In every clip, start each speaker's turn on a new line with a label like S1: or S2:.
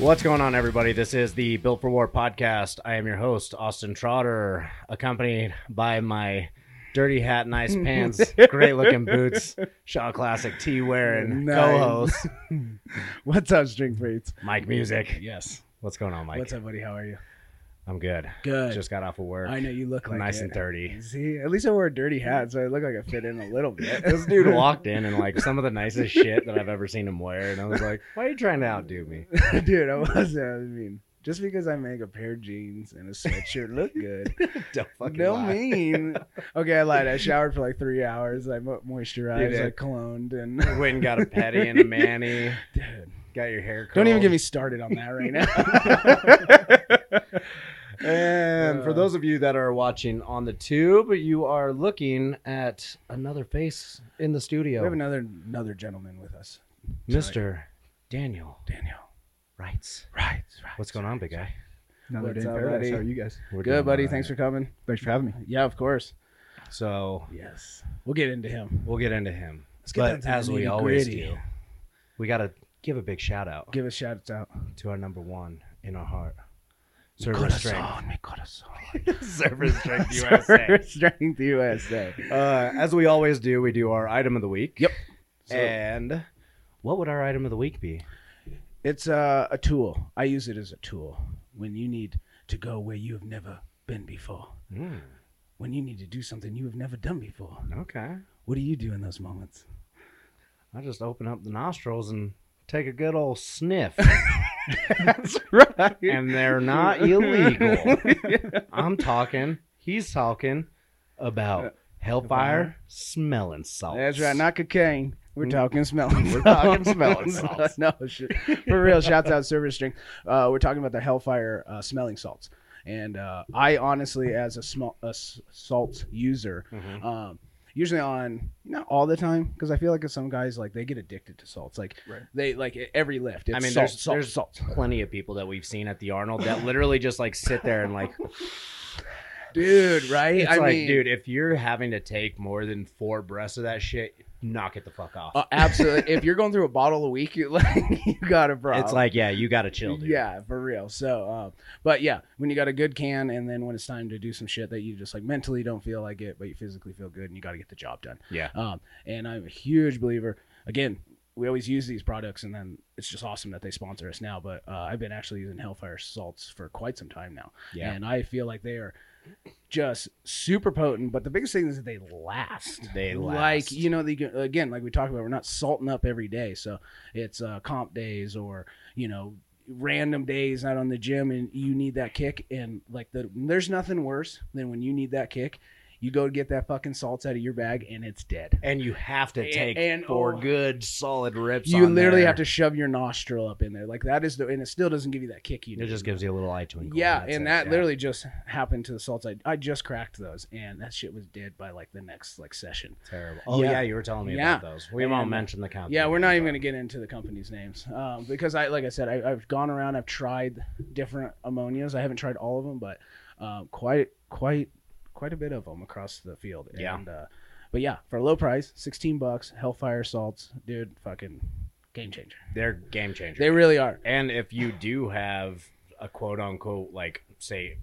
S1: What's going on, everybody? This is the Built for War podcast. I am your host, Austin Trotter, accompanied by my dirty hat, nice pants, great looking boots, Shaw Classic tee wearing
S2: Nice.
S1: co-host,
S2: What's up, string plates?
S1: Mike Music.
S2: Yes.
S1: What's going on, Mike?
S2: What's up, buddy? How are you?
S1: I'm good.
S2: Good.
S1: Just got off of work.
S2: I know you look like
S1: nice
S2: it.
S1: and dirty.
S2: See, at least I wore a dirty hat, so I look like I fit in a little bit.
S1: This dude walked in and like some of the nicest shit that I've ever seen him wear, and I was like, "Why are you trying to outdo me?"
S2: dude, I was. I mean, just because I make a pair of jeans and a sweatshirt look good,
S1: Don't fucking
S2: no
S1: lie.
S2: mean. Okay, I lied. I showered for like three hours. I mo- moisturized.
S1: did.
S2: I cloned, and
S1: Went and got a petty and a manny.
S2: dude,
S1: Got your hair. Curled.
S2: don't even get me started on that right now.
S1: And for
S2: Uh.
S1: those of you that are watching on the tube, you are looking at another face in the
S2: we have
S1: studio.
S2: another another gentleman with us,
S1: Mr. Daniel
S2: Daniel.
S1: Wrights.
S2: Right, right.
S1: What's going on, big guy?
S3: Another
S2: What's
S3: day in
S2: up,
S3: paradise.
S2: buddy?
S3: How are you guys?
S1: We're doing
S2: Good, buddy.
S1: all
S2: Thanks for
S1: right.
S2: coming.
S3: Thanks for having me.
S2: Yeah, of course.
S1: So
S2: Yes. We'll get into him.
S1: we'll get into him.
S2: Let's get down
S1: but
S2: to the
S1: as we always
S2: nitty-gritty.
S1: do, we got to give a big shout out
S2: Give a shout out.
S1: to our number one in our heart. Server Strength.
S2: mi corazón.
S1: Server Strength
S2: Server Strength USA.
S1: Uh, as we always do, we do our item of the week.
S2: Yep.
S1: and what would our item of the week be?
S2: It's uh, a tool. I use it as a tool when you need to go where you have never been before.
S1: Mm,
S2: When you need to do something you have never done before.
S1: okay.
S2: What do you do in those moments?
S1: I just open up the nostrils and take a good old sniff,
S2: That's right.
S1: and they're not illegal. I'm talking, he's talking about hellfire smelling salts.
S2: That's right. Not cocaine. We're
S1: Mm.
S2: talking smelling.
S1: We're talking
S2: salts.
S1: smelling salts.
S2: no, shit. for real. Shouts out Server String. Uh, we're talking about the Hellfire uh, smelling salts. And uh, I honestly, as a, sm- a s- salt user,
S1: Mhm.
S2: um, usually on not all the time because I feel like some guys like they get addicted to salts. Like
S3: Right.
S2: they like e, every lift. It's
S1: I mean,
S2: salt,
S1: there's-
S2: salt,
S1: there's-
S2: salt.
S1: Plenty of people that we've seen at the Arnold that literally just like sit there and like,
S2: dude. Right?
S1: it's like, dude, if you're having to take more than four breaths of that shit, knock it the fuck off.
S2: uh, absolutely. if you're going through a bottle a week, you like you got a problem.
S1: it's like, yeah, you gotta chill, dude.
S2: Yeah, for real. So, uh, but yeah, when you got a good can, and then when it's time to do some shit that you just like mentally don't feel like it, but you physically feel good, and you got to get the job done.
S1: Yeah.
S2: Um, and I'm a huge believer. Again, we always use these products, and then it's just awesome that they sponsor us now. But uh, I've been actually using Hellfire salts for quite some time now,
S1: Yeah.
S2: and I feel like they are just super potent. But the biggest thing is that they last.
S1: They
S2: Like
S1: last.
S2: you know, the, again, like we talked about, we're not salting up every day, so it's uh, comp days or you know random days out on the gym and you need that kick and like the there's nothing worse than when you need that kick you go get that fucking salts out of your bag and it's dead
S1: and you have to
S2: And-
S1: take
S2: and-
S1: four
S2: oh.
S1: good solid rips.
S2: you
S1: on
S2: literally
S1: there.
S2: have to shove your nostril up in there like that is the and it still doesn't give you that kick you
S1: It
S2: need.
S1: just gives you a little eye twinkle.
S2: yeah
S1: that's
S2: and
S1: it,
S2: that
S1: yeah.
S2: literally just happened to the salts I, I just cracked those and that shit was dead by like the next like session
S1: Terrible. Oh yeah,
S2: Yeah.
S1: you were telling me about those. We
S2: And-
S1: won't mention the company.
S2: Yeah, we're not even going to get into the company's names um, because I, like I said, I, I've gone around, I've tried different ammonias. I haven't tried all of them, but um, quite, quite, quite a bit of them across the field.
S1: Yeah.
S2: And, uh, but yeah, for a low price, sixteen bucks, Hellfire salts, dude, fucking game changer.
S1: They're game changer.
S2: They really are.
S1: and if you do have a quote unquote like say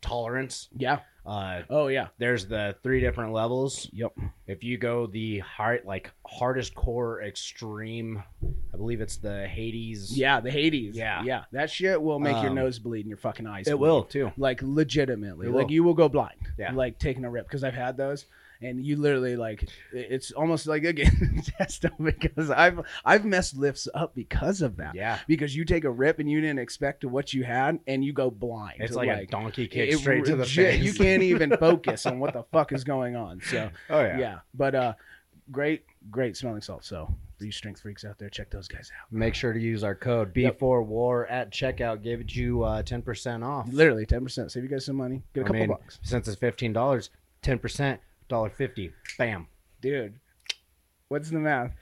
S1: tolerance,
S2: Yeah.
S1: uh,
S2: Oh yeah.
S1: there's the three different levels.
S2: Yep.
S1: If you go the hard like hardest core extreme, I believe it's the Hades.
S2: Yeah, the Hades.
S1: Yeah.
S2: Yeah. That shit will make your
S1: Um,
S2: nose bleed and your fucking eyes.
S1: it
S2: bleed.
S1: will too.
S2: like legitimately
S1: It
S2: like
S1: will.
S2: you will go blind
S1: Yeah.
S2: like taking a rip because i've had those and you literally like it- it's almost like again test out because i've i've messed lifts up because of that
S1: Yeah,
S2: because you take a rip and you didn't expect what you had and you go blind
S1: it's like, a donkey kick
S2: it
S1: straight to the
S2: legit-
S1: face.
S2: you can't even focus on what the fuck is going on so
S1: Oh
S2: yeah, but uh great great smelling salt so for you strength freaks out there check those guys out
S1: Make sure to use our code
S2: Yep.
S1: B4WAR at checkout. Give it you uh, 10% off.
S2: literally 10% save you guys some money get a
S1: I
S2: couple
S1: mean,
S2: bucks
S1: Since it's $15, 10%, $1.50. Bam.
S2: dude what's the math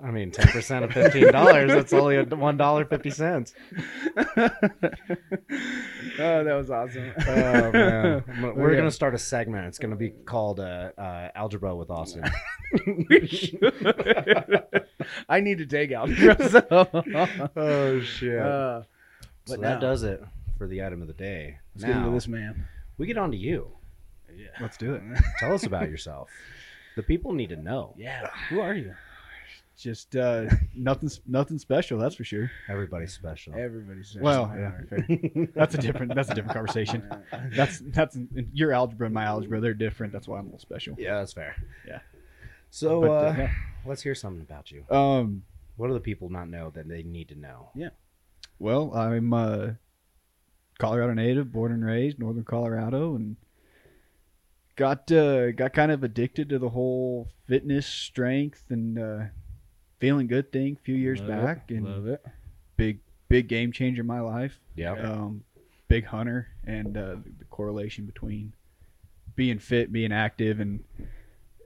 S1: I mean, ten percent of fifteen dollars. that's only one dollar fifty cents.
S2: oh, that was awesome.
S1: Oh man, I'm gonna- we're
S2: Okay.
S1: gonna start a segment. It's gonna be called uh, uh, "Algebra with Austin."
S2: I need to take out. So.
S1: oh shit!
S2: Uh,
S1: so
S2: but
S1: that
S2: now,
S1: does it for the item of the day.
S2: let's get
S1: now
S2: into this man.
S1: we get on to you.
S2: Yeah.
S3: Let's do it.
S1: Tell us about yourself. The people need to know.
S2: Yeah. Who are you?
S3: Just uh, nothing, nothing special. That's for sure.
S1: Everybody's special.
S2: Everybody's
S3: Well, yeah, fair. that's a different. That's a different conversation. That's that's your algebra and my algebra. They're different. That's why I'm a little special.
S1: yeah, that's fair.
S3: Yeah.
S1: So
S3: But,
S1: uh,
S3: uh, yeah.
S1: let's hear something about you.
S3: Um.
S1: What do the people not know that they need to know?
S3: Well, I'm a Colorado native, born and raised, Northern Colorado, and got uh, got kind of addicted to the whole fitness, strength, and uh, feeling good thing a few years
S2: Love it.
S3: back, and
S2: Love it.
S3: big big game changer in my life.
S1: Yeah.
S3: Um, big hunter, and uh, the correlation between being fit, being active, and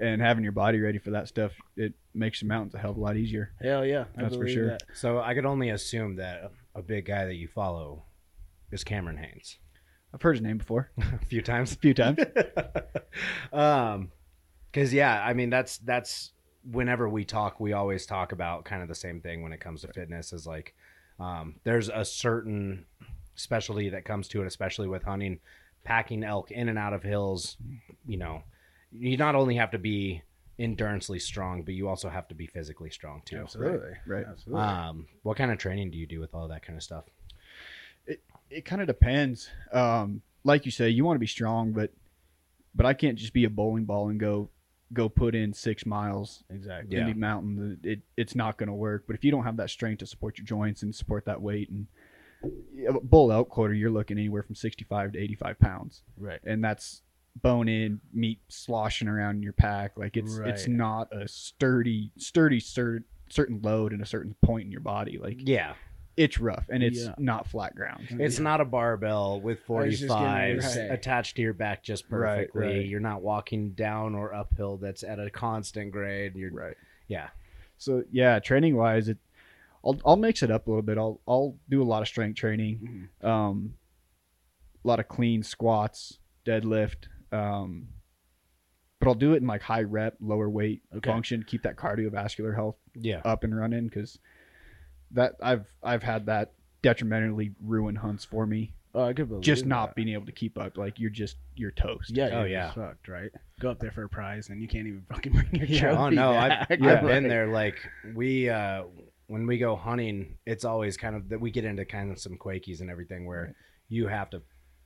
S3: and having your body ready for that stuff, it makes the mountains a hell of a lot easier.
S2: Hell yeah. I
S3: That's for
S2: believe
S3: sure.
S2: That.
S1: So I could only assume that a big guy that you follow is Cameron Haynes
S3: I've heard his name before
S1: a few times.
S3: a few times.
S1: um, because yeah, I mean that's that's whenever we talk, we always talk about kind of the same thing when it comes to fitness. Is like, um, there's a certain specialty that comes to it, especially with hunting, packing elk in and out of hills. You know, you not only have to be endurancely strong, but you also have to be physically strong too.
S2: Absolutely.
S3: Right.
S2: Absolutely.
S1: Um, what kind of training do you do with all that kind of stuff?
S3: it kind of depends. Um, like you say, you want to be strong, but but I can't just be a bowling ball and go go put in six miles
S2: exactly.
S1: Yeah.
S3: Indy Mountain. It it's not going to work. But if you don't have that strength to support your joints and support that weight and yeah, but bull elk quarter, you're looking anywhere from 65 to 85 pounds,
S2: Right.
S3: and that's bone in meat sloshing around in your pack. Like it's it's
S2: Right.
S3: not a sturdy sturdy cer- certain load and a certain point in your body. Like
S1: Yeah,
S3: it's rough and it's
S2: Mm-hmm. Yeah.
S3: not flat ground.
S1: It's not a barbell with
S2: I was just getting ready to
S1: 45s
S2: say.
S1: attached to your back just
S3: Right,
S1: perfectly.
S3: right.
S1: You're not walking down or uphill that's at a constant grade. You're
S3: Right.
S1: yeah.
S3: So yeah, training wise, it I'll I'll mix it up a little bit. I'll I'll do a lot of strength training,
S2: Mhm.
S3: um, a lot of clean squats, deadlift, um, but I'll do it in like high rep, lower weight
S2: Okay.
S3: function, keep that cardiovascular health
S1: Yeah.
S3: up and running because that I've I've had that detrimentally ruin hunts for me.
S2: Oh, I could believe
S3: Just
S2: that.
S3: not being able to keep up, like you're just you're toast.
S2: Yeah.
S1: Oh,
S2: you're
S1: yeah.
S2: Fucked. Right. Go up there for a prize and you can't even fucking bring your
S3: Yeah.
S2: trophy
S1: Oh no, I've,
S2: back.
S1: I've
S3: Yeah.
S1: been there. Like we uh when we go hunting, it's always kind of that we get into kind of some quakies and everything where
S3: Right.
S1: you have to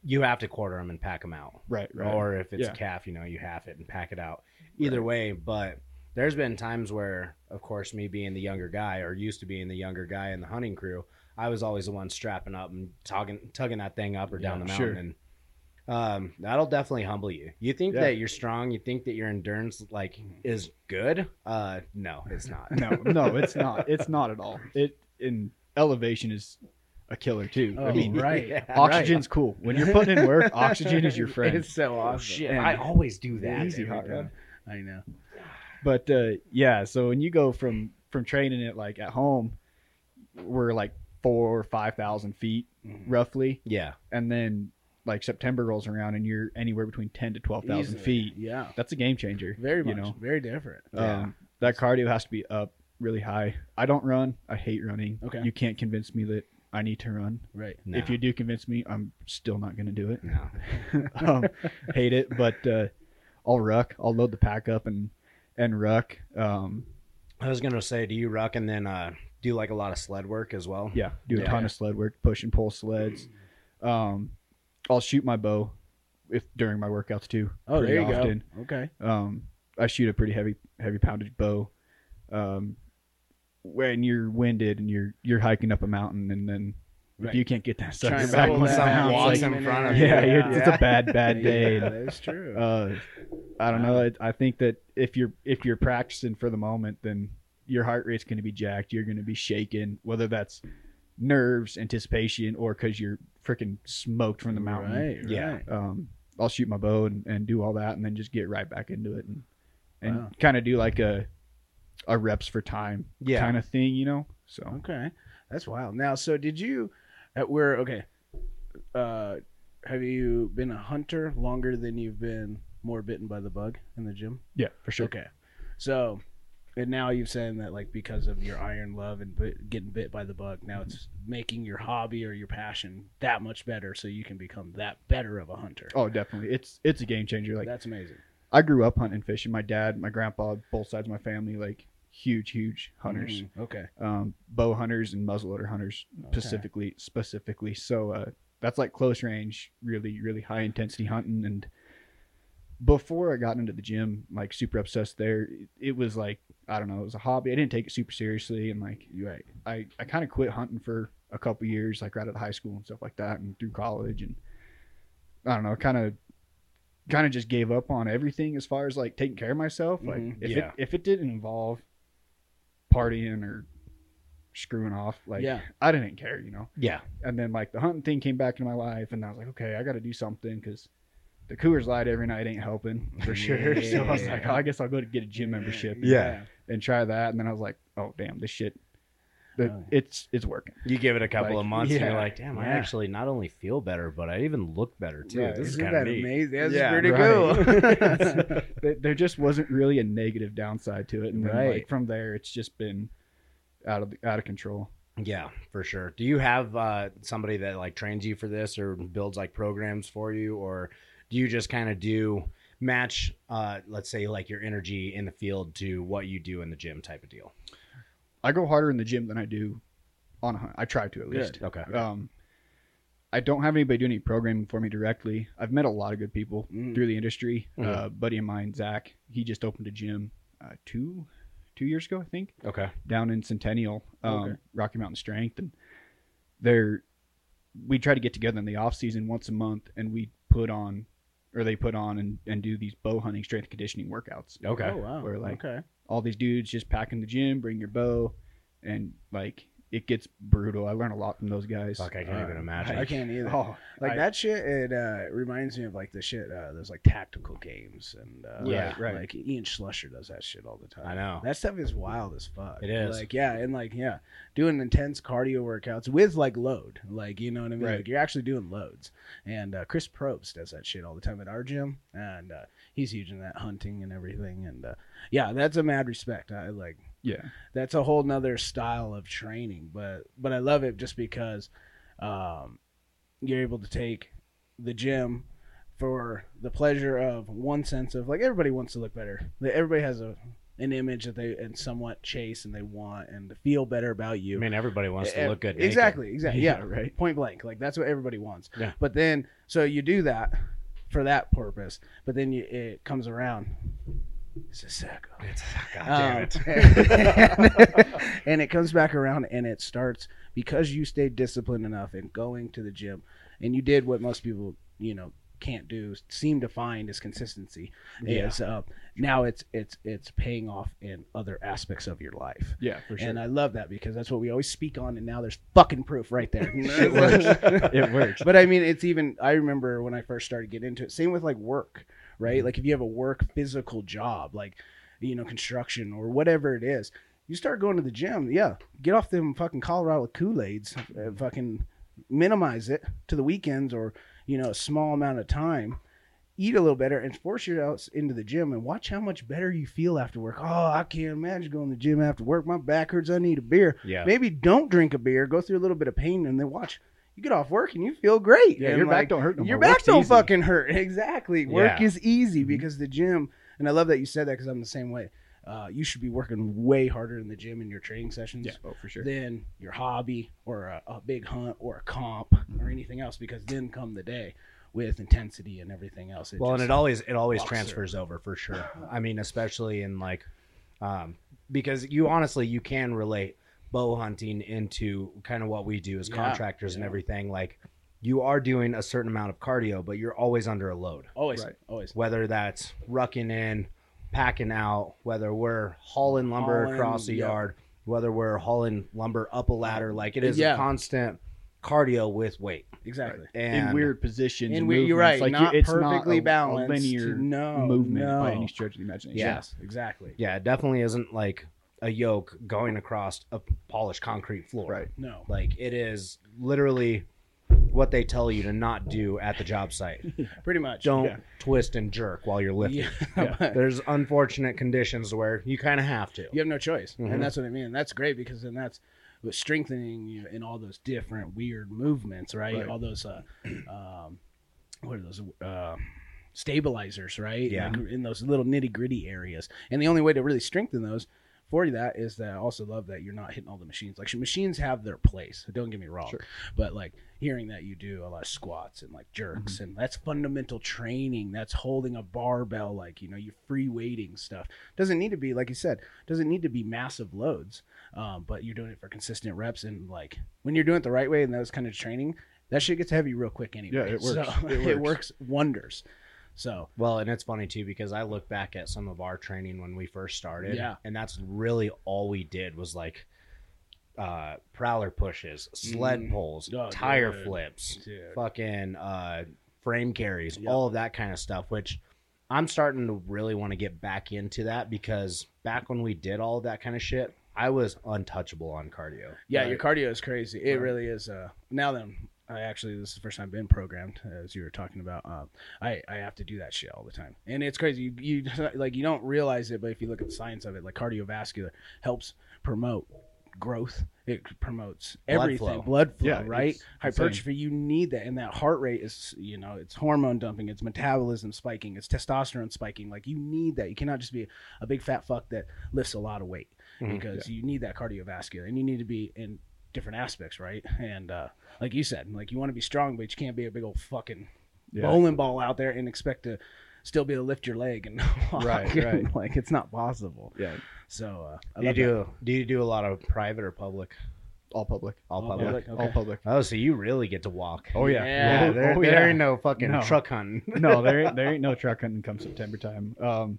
S1: you have to quarter them and pack them out.
S3: Right. Right.
S1: or if it's
S3: Yeah.
S1: calf, you know, you half it and pack it out. Either way, but there's been times where, of course, me being the younger guy or used to being the younger guy in the hunting crew, I was always the one strapping up and tugging, tugging that thing up or down
S3: Yeah,
S1: the mountain.
S3: sure.
S1: And um, that'll definitely humble you. You think
S3: Yeah.
S1: that you're strong, you think that your endurance like is good. Uh, no, it's not.
S3: no, no, it's not. It's not at all. It in elevation is a killer too.
S2: Oh,
S3: I mean,
S2: right.
S1: Yeah, right.
S3: oxygen's cool. When you're putting in work, oxygen is your friend.
S2: It's so
S1: Oh,
S2: awesome.
S1: shit.
S3: And-
S1: I always do that.
S3: Easy
S1: every
S3: hot
S1: time.
S3: rod.
S2: I know.
S3: But uh, yeah, so when you go from from training it like at home, we're like four or five thousand feet
S2: Mhm.
S3: roughly,
S1: Yeah.
S3: and then like September rolls around and you're anywhere between ten to twelve thousand
S2: Easily.
S3: feet.
S2: Yeah.
S3: That's a game changer.
S2: Very
S3: you
S2: much.
S3: know.
S2: Very different.
S1: Yeah.
S3: Um, that cardio has to be up really high. I don't run. I hate running.
S2: Okay.
S3: You can't convince me that I need to run.
S2: Right.
S1: No.
S3: If you do convince me, I'm still not going to do it.
S1: no.
S3: um, hate it, but uh, I'll ruck. I'll load the pack up and and ruck. Um,
S1: I was gonna say, do you ruck and then uh, do like a lot of sled work as well?
S3: yeah, do a
S1: Yeah.
S3: ton of sled work, push and pull sleds. Um, I'll shoot my bow if during my workouts too.
S2: Oh, there
S3: pretty
S2: you
S3: often.
S2: go. Okay.
S3: Um, I shoot a pretty heavy heavy poundage bow. Um, when you're winded and you're you're hiking up a mountain and then
S2: Right.
S3: if you can't get that
S2: Trying
S3: sucker
S2: to
S3: back
S2: pull
S3: on the
S2: that
S3: mountain,
S2: out.
S3: it's
S2: Walks
S3: like,
S2: in front of you.
S3: yeah,
S2: Yeah.
S3: it's, it's a bad bad day.
S2: Yeah, that is true.
S3: uh, I don't know. It, I think that if you're if you're practicing for the moment, then your heart rate's going to be jacked. You're going to be shaken, whether that's nerves, anticipation, or because you're freaking smoked from the mountain.
S2: Right.
S1: Yeah.
S2: Right.
S3: Um, I'll shoot my bow and, and do all that, and then just get right back into it and and
S2: Wow.
S3: kind of do like a a reps for time
S1: Yeah.
S3: kind of thing, you know. So
S2: Okay, that's wild. Now, so did you? At where? Okay. Uh, have you been a hunter longer than you've been more bitten by the bug in the gym?
S3: yeah, for sure.
S2: Okay, so and now you've saying that like because of your iron love and bit, getting bit by the bug, now it's making your hobby or your passion that much better, so you can become that better of a hunter.
S3: Oh, definitely. It's it's a game changer. Like
S2: that's amazing.
S3: I grew up hunting fishing. My dad, my grandpa, both sides of my family, like huge, huge hunters,
S2: Mm, okay.
S3: um, bow hunters and muzzleloader hunters specifically. Specifically, so uh, that's like close range, really, really high intensity hunting. And before I got into the gym, like super obsessed there, it, it was like I don't know, it was a hobby. I didn't take it super seriously, and like
S2: You're right.
S3: I, I kind of quit hunting for a couple years, like right out of high school and stuff like that, and through college, and I don't know, kind of, kind of just gave up on everything as far as like taking care of myself. Like
S2: Mhm.
S3: if
S1: Yeah.
S3: it if it didn't involve partying or screwing off, like
S2: yeah.
S3: I didn't care, you know.
S1: Yeah.
S3: And then like the hunting thing came back into my life, and I was like, okay, I got to do something because the Coors Light every night ain't helping for sure. so I was like, oh, I guess I'll go to get a gym membership
S1: Yeah.
S3: and try that. And then I was like, oh damn, this shit, the-
S2: Oh.
S3: it's it's working.
S1: You give it a couple
S3: Like,
S1: of months, and
S3: yeah.
S1: you're like, damn, I
S2: Yeah.
S1: actually not only feel better, but I even look better too.
S3: Right.
S1: This is
S2: Isn't
S1: kind of
S2: that
S1: neat.
S2: amazing? That's
S1: Yeah,
S2: pretty
S1: right.
S2: cool.
S3: There- There just wasn't really a negative downside to it, and then
S2: Right.
S3: like from there, it's just been out of out of control.
S1: Yeah, for sure. Do you have uh, somebody that like trains you for this or builds like programs for you, or do you just kind of do match, uh, let's say, like your energy in the field to what you do in the gym type of deal?
S3: I go harder in the gym than I do on a hunt. I try to at
S2: Good.
S3: least.
S1: Okay.
S3: Um, I don't have anybody doing any programming for me directly. I've met a lot of good people
S2: Mm.
S3: through the industry.
S1: Mhm.
S3: Uh, buddy of mine, Zach, he just opened a gym uh, two two years ago, I think.
S1: Okay.
S3: down in Centennial, um,
S2: Okay.
S3: Rocky Mountain Strength, and they're we try to get together in the off season once a month, and we put on or they put on and, and do these bow hunting strength and conditioning workouts.
S1: Okay.
S2: Oh wow.
S3: We're like-
S2: okay.
S3: All these dudes just pack in the gym, bring your bow, and like it gets brutal. I learn a lot from those guys.
S1: Fuck, I can't
S2: Uh,
S1: even
S2: I
S1: imagine.
S2: can't either.
S3: Oh,
S2: like
S3: I-
S2: that shit it uh reminds me of like the shit uh those like tactical games and uh
S1: Yeah,
S2: like,
S3: right.
S2: like ian schlusher does that shit all the time
S1: I know.
S2: that stuff is wild as fuck
S1: It is.
S2: like yeah and like yeah doing intense cardio workouts with like load like you know what i mean
S3: Right.
S2: like you're actually doing loads and uh chris probst does that shit all the time at our gym and uh he's huge in that hunting and everything and uh yeah that's a mad respect i like
S3: Yeah,
S2: that's a whole nother style of training but but i love it just because um you're able to take the gym for the pleasure of one sense of like everybody wants to look better Like, everybody has a an image that they and somewhat chase and they want and to feel better about you
S1: I mean, everybody wants to
S2: Eh,
S1: look good. naked.
S2: Exactly, exactly. Yeah,
S3: Yeah,
S2: right.
S3: right.
S2: Point blank. Like that's what everybody wants.
S1: Yeah.
S2: But then so you do that for that purpose, but then you, it comes around. It's a circle.
S1: God damn
S3: Ah,
S1: it.
S2: Um, and it comes back around and it starts because you stayed disciplined enough and going to the gym and you did what most people, you know, can't do seem to find is consistency
S3: Yeah.
S2: is uh, now it's it's it's paying off in other aspects of your life
S3: yeah, for sure.
S2: and uh, I love that because that's what we always speak on, and now there's fucking proof right there.
S3: it works. it works.
S2: but I mean, it's even. I remember when I first started getting into it. Same with like work, right? Like if you have a work physical job, like you know construction or whatever it is, you start going to the gym. Yeah, get off them fucking Colorado Kool Aids. Uh, fucking minimize it to the weekends or you know a small amount of time. Eat a little better and force yourself into the gym and watch how much better you feel after work. Oh, I can't imagine going to the gym after work. My back hurts. I need a beer
S1: Yeah.
S2: maybe don't drink a beer, go through a little bit of pain, and then watch. You get off work and you feel great.
S3: Yeah,
S2: And,
S3: your
S2: like,
S3: back don't hurt no more.
S2: your back
S3: Work's
S2: don't
S3: easy.
S2: fucking hurt. Exactly. Work
S1: Yeah.
S2: is easy
S3: Mhm.
S2: because the gym. And I love that you said that because I'm the same way. Uh, you should be working way harder in the gym in your training sessions
S3: Yeah, oh for sure.
S2: than your hobby or a, a big hunt or a comp
S3: Mm-hmm.
S2: or anything else because then come the day with intensity and everything else.
S1: well and
S2: just-
S1: it always it always
S2: walks
S1: transfers over for sure i mean especially in like um because you honestly you can relate bow hunting into kind of what we do as
S2: Yeah,
S1: contractors and
S2: yeah.
S1: everything like you are doing a certain amount of cardio but you're always under a load
S2: always,
S3: Right.
S2: always.
S1: whether that's rucking in packing out whether we're hauling lumber
S2: Hauling,
S1: across the
S2: yeah.
S1: yard whether we're hauling lumber up a ladder like it is
S2: Yeah.
S1: a constant cardio with weight
S2: Exactly.
S1: and
S3: in weird positions.
S2: And
S3: and
S2: we- you're
S3: movements.
S2: right,
S3: Like
S2: not
S3: it's
S2: perfectly
S3: not a,
S2: balanced.
S3: A linear
S2: No,
S3: movement by
S2: no.
S3: any stretch of the imagination.
S1: Yeah.
S2: Yes, exactly.
S1: yeah it definitely isn't like a yoke going across a polished concrete floor.
S3: Right.
S2: No.
S1: Like it is literally what they tell you to not do at the job site.
S2: Pretty much.
S1: Don't
S2: Yeah.
S1: twist and jerk while you're lifting.
S2: Yeah.
S1: There's unfortunate conditions where you kind of have to.
S2: you have no choice
S1: Mhm.
S2: and that's what i mean that's great because then that's what strengthening you in all those different weird movements right,
S3: Right.
S2: all those uh um what are those uh stabilizers right
S1: Yeah.
S2: Like, in those little nitty gritty areas and the only way to really strengthen those for that is that i also love that you're not hitting all the machines like machines have their place don't get me wrong
S3: Sure.
S2: but like hearing that you do a lot of squats and like jerks and that's fundamental training that's holding a barbell like you know your free weighting stuff doesn't need to be like you said doesn't need to be massive loads um, but you're doing it for consistent reps and like when you're doing it the right way and those kind of training that shit gets heavy real quick anyway
S3: Yeah, it works.
S2: So,
S3: It
S2: it
S3: works.
S2: works wonders so
S1: Well, and it's funny too because I look back at some of our training when we first started,
S2: Yeah.
S1: and that's really all we did was like uh, prowler pushes, sled
S2: Mm.
S1: pulls,
S2: Oh,
S1: tire
S2: dude.
S1: flips,
S2: dude,
S1: fucking uh, frame carries,
S2: Yeah.
S1: all of that kind of stuff. Which I'm starting to really want to get back into that because back when we did all of that kind of shit, I was untouchable on cardio.
S2: yeah
S1: Like,
S2: your cardio is crazy it
S3: Right.
S2: really is uh now then i actually this is the first time i've been programmed as you were talking about um i i have to do that shit all the time and it's crazy you, you like you don't realize it but if you look at the science of it like cardiovascular helps promote growth it promotes
S1: Blood
S2: everything
S1: flow.
S2: blood flow
S3: Yeah,
S2: right
S3: it's insane.
S2: hypertrophy you need that and that heart rate is you know it's hormone dumping it's metabolism spiking it's testosterone spiking like you need that you cannot just be a big fat fuck that lifts a lot of weight
S3: Mm-hmm.
S1: Mhm.
S2: because you need that cardiovascular and you need to be in different aspects right and uh like you said like you want to be strong but you can't be a big old fucking
S3: Yeah.
S2: bowling ball out there and expect to still be able to lift your leg and walk.
S3: Right, right.
S2: like it's not possible
S3: Yeah.
S2: so uh I
S1: Do you
S2: love
S1: do
S2: that.
S1: do you do a lot of private or public?
S3: All public.
S1: All,
S2: All
S1: public.
S2: public.
S3: Yeah, All
S2: okay.
S3: public.
S1: Oh, so you really get to walk.
S3: Oh yeah.
S2: Yeah,
S1: Yeah, there,
S3: oh,
S1: there
S3: yeah.
S1: ain't no fucking
S3: No.
S1: truck hunting.
S3: no, there ain't, there ain't no truck hunting come September time. Um,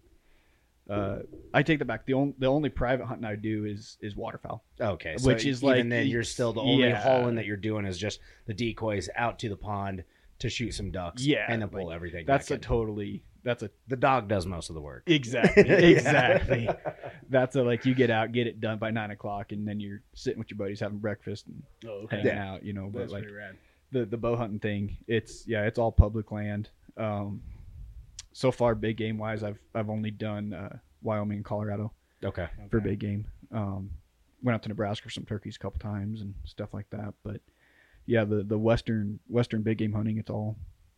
S3: uh, I take that back. The only the only private hunting I do is is waterfowl.
S1: Okay, e-
S3: Which is
S1: even
S3: like-
S1: then you're still the only
S3: yeah.
S1: hauling that you're doing is just the decoys out to the pond to shoot some ducks.
S3: Yeah,
S1: and then pull
S3: like,
S1: everything.
S3: That's a
S1: back in.
S3: totally that's a
S1: the dog does most of the work.
S3: exactly
S1: Yeah.
S3: exactly. That's a like you get out, get it done by nine o'clock, and then you're sitting with your buddies having breakfast and
S2: oh, okay.
S3: hanging out. You know, but
S2: that's
S3: like
S2: pretty rad
S3: the the bow hunting thing, it's yeah, it's all public land. Um, so far, big game wise, I've I've only done uh, Wyoming and Colorado.
S1: Okay,
S3: for
S2: Okay.
S3: big game. Um, went out to Nebraska for some turkeys a couple times and stuff like that. But yeah, the the western western big game hunting, it's all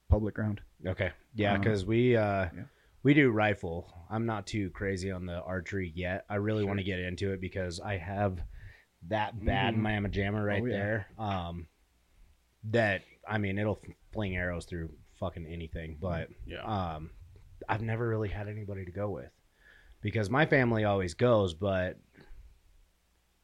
S3: public ground.
S1: okay, yeah,
S3: Um,
S1: because we uh,
S3: yeah.
S1: we do rifle. I'm not too crazy on the archery yet. I really want to get into it because I have that bad
S2: Mhm.
S1: Miami jammer right
S3: Oh, yeah.
S1: there. Um, that I mean, it'll fling arrows through fucking anything, but.
S2: yeah
S1: um, I've never really had anybody to go with because my family always goes, but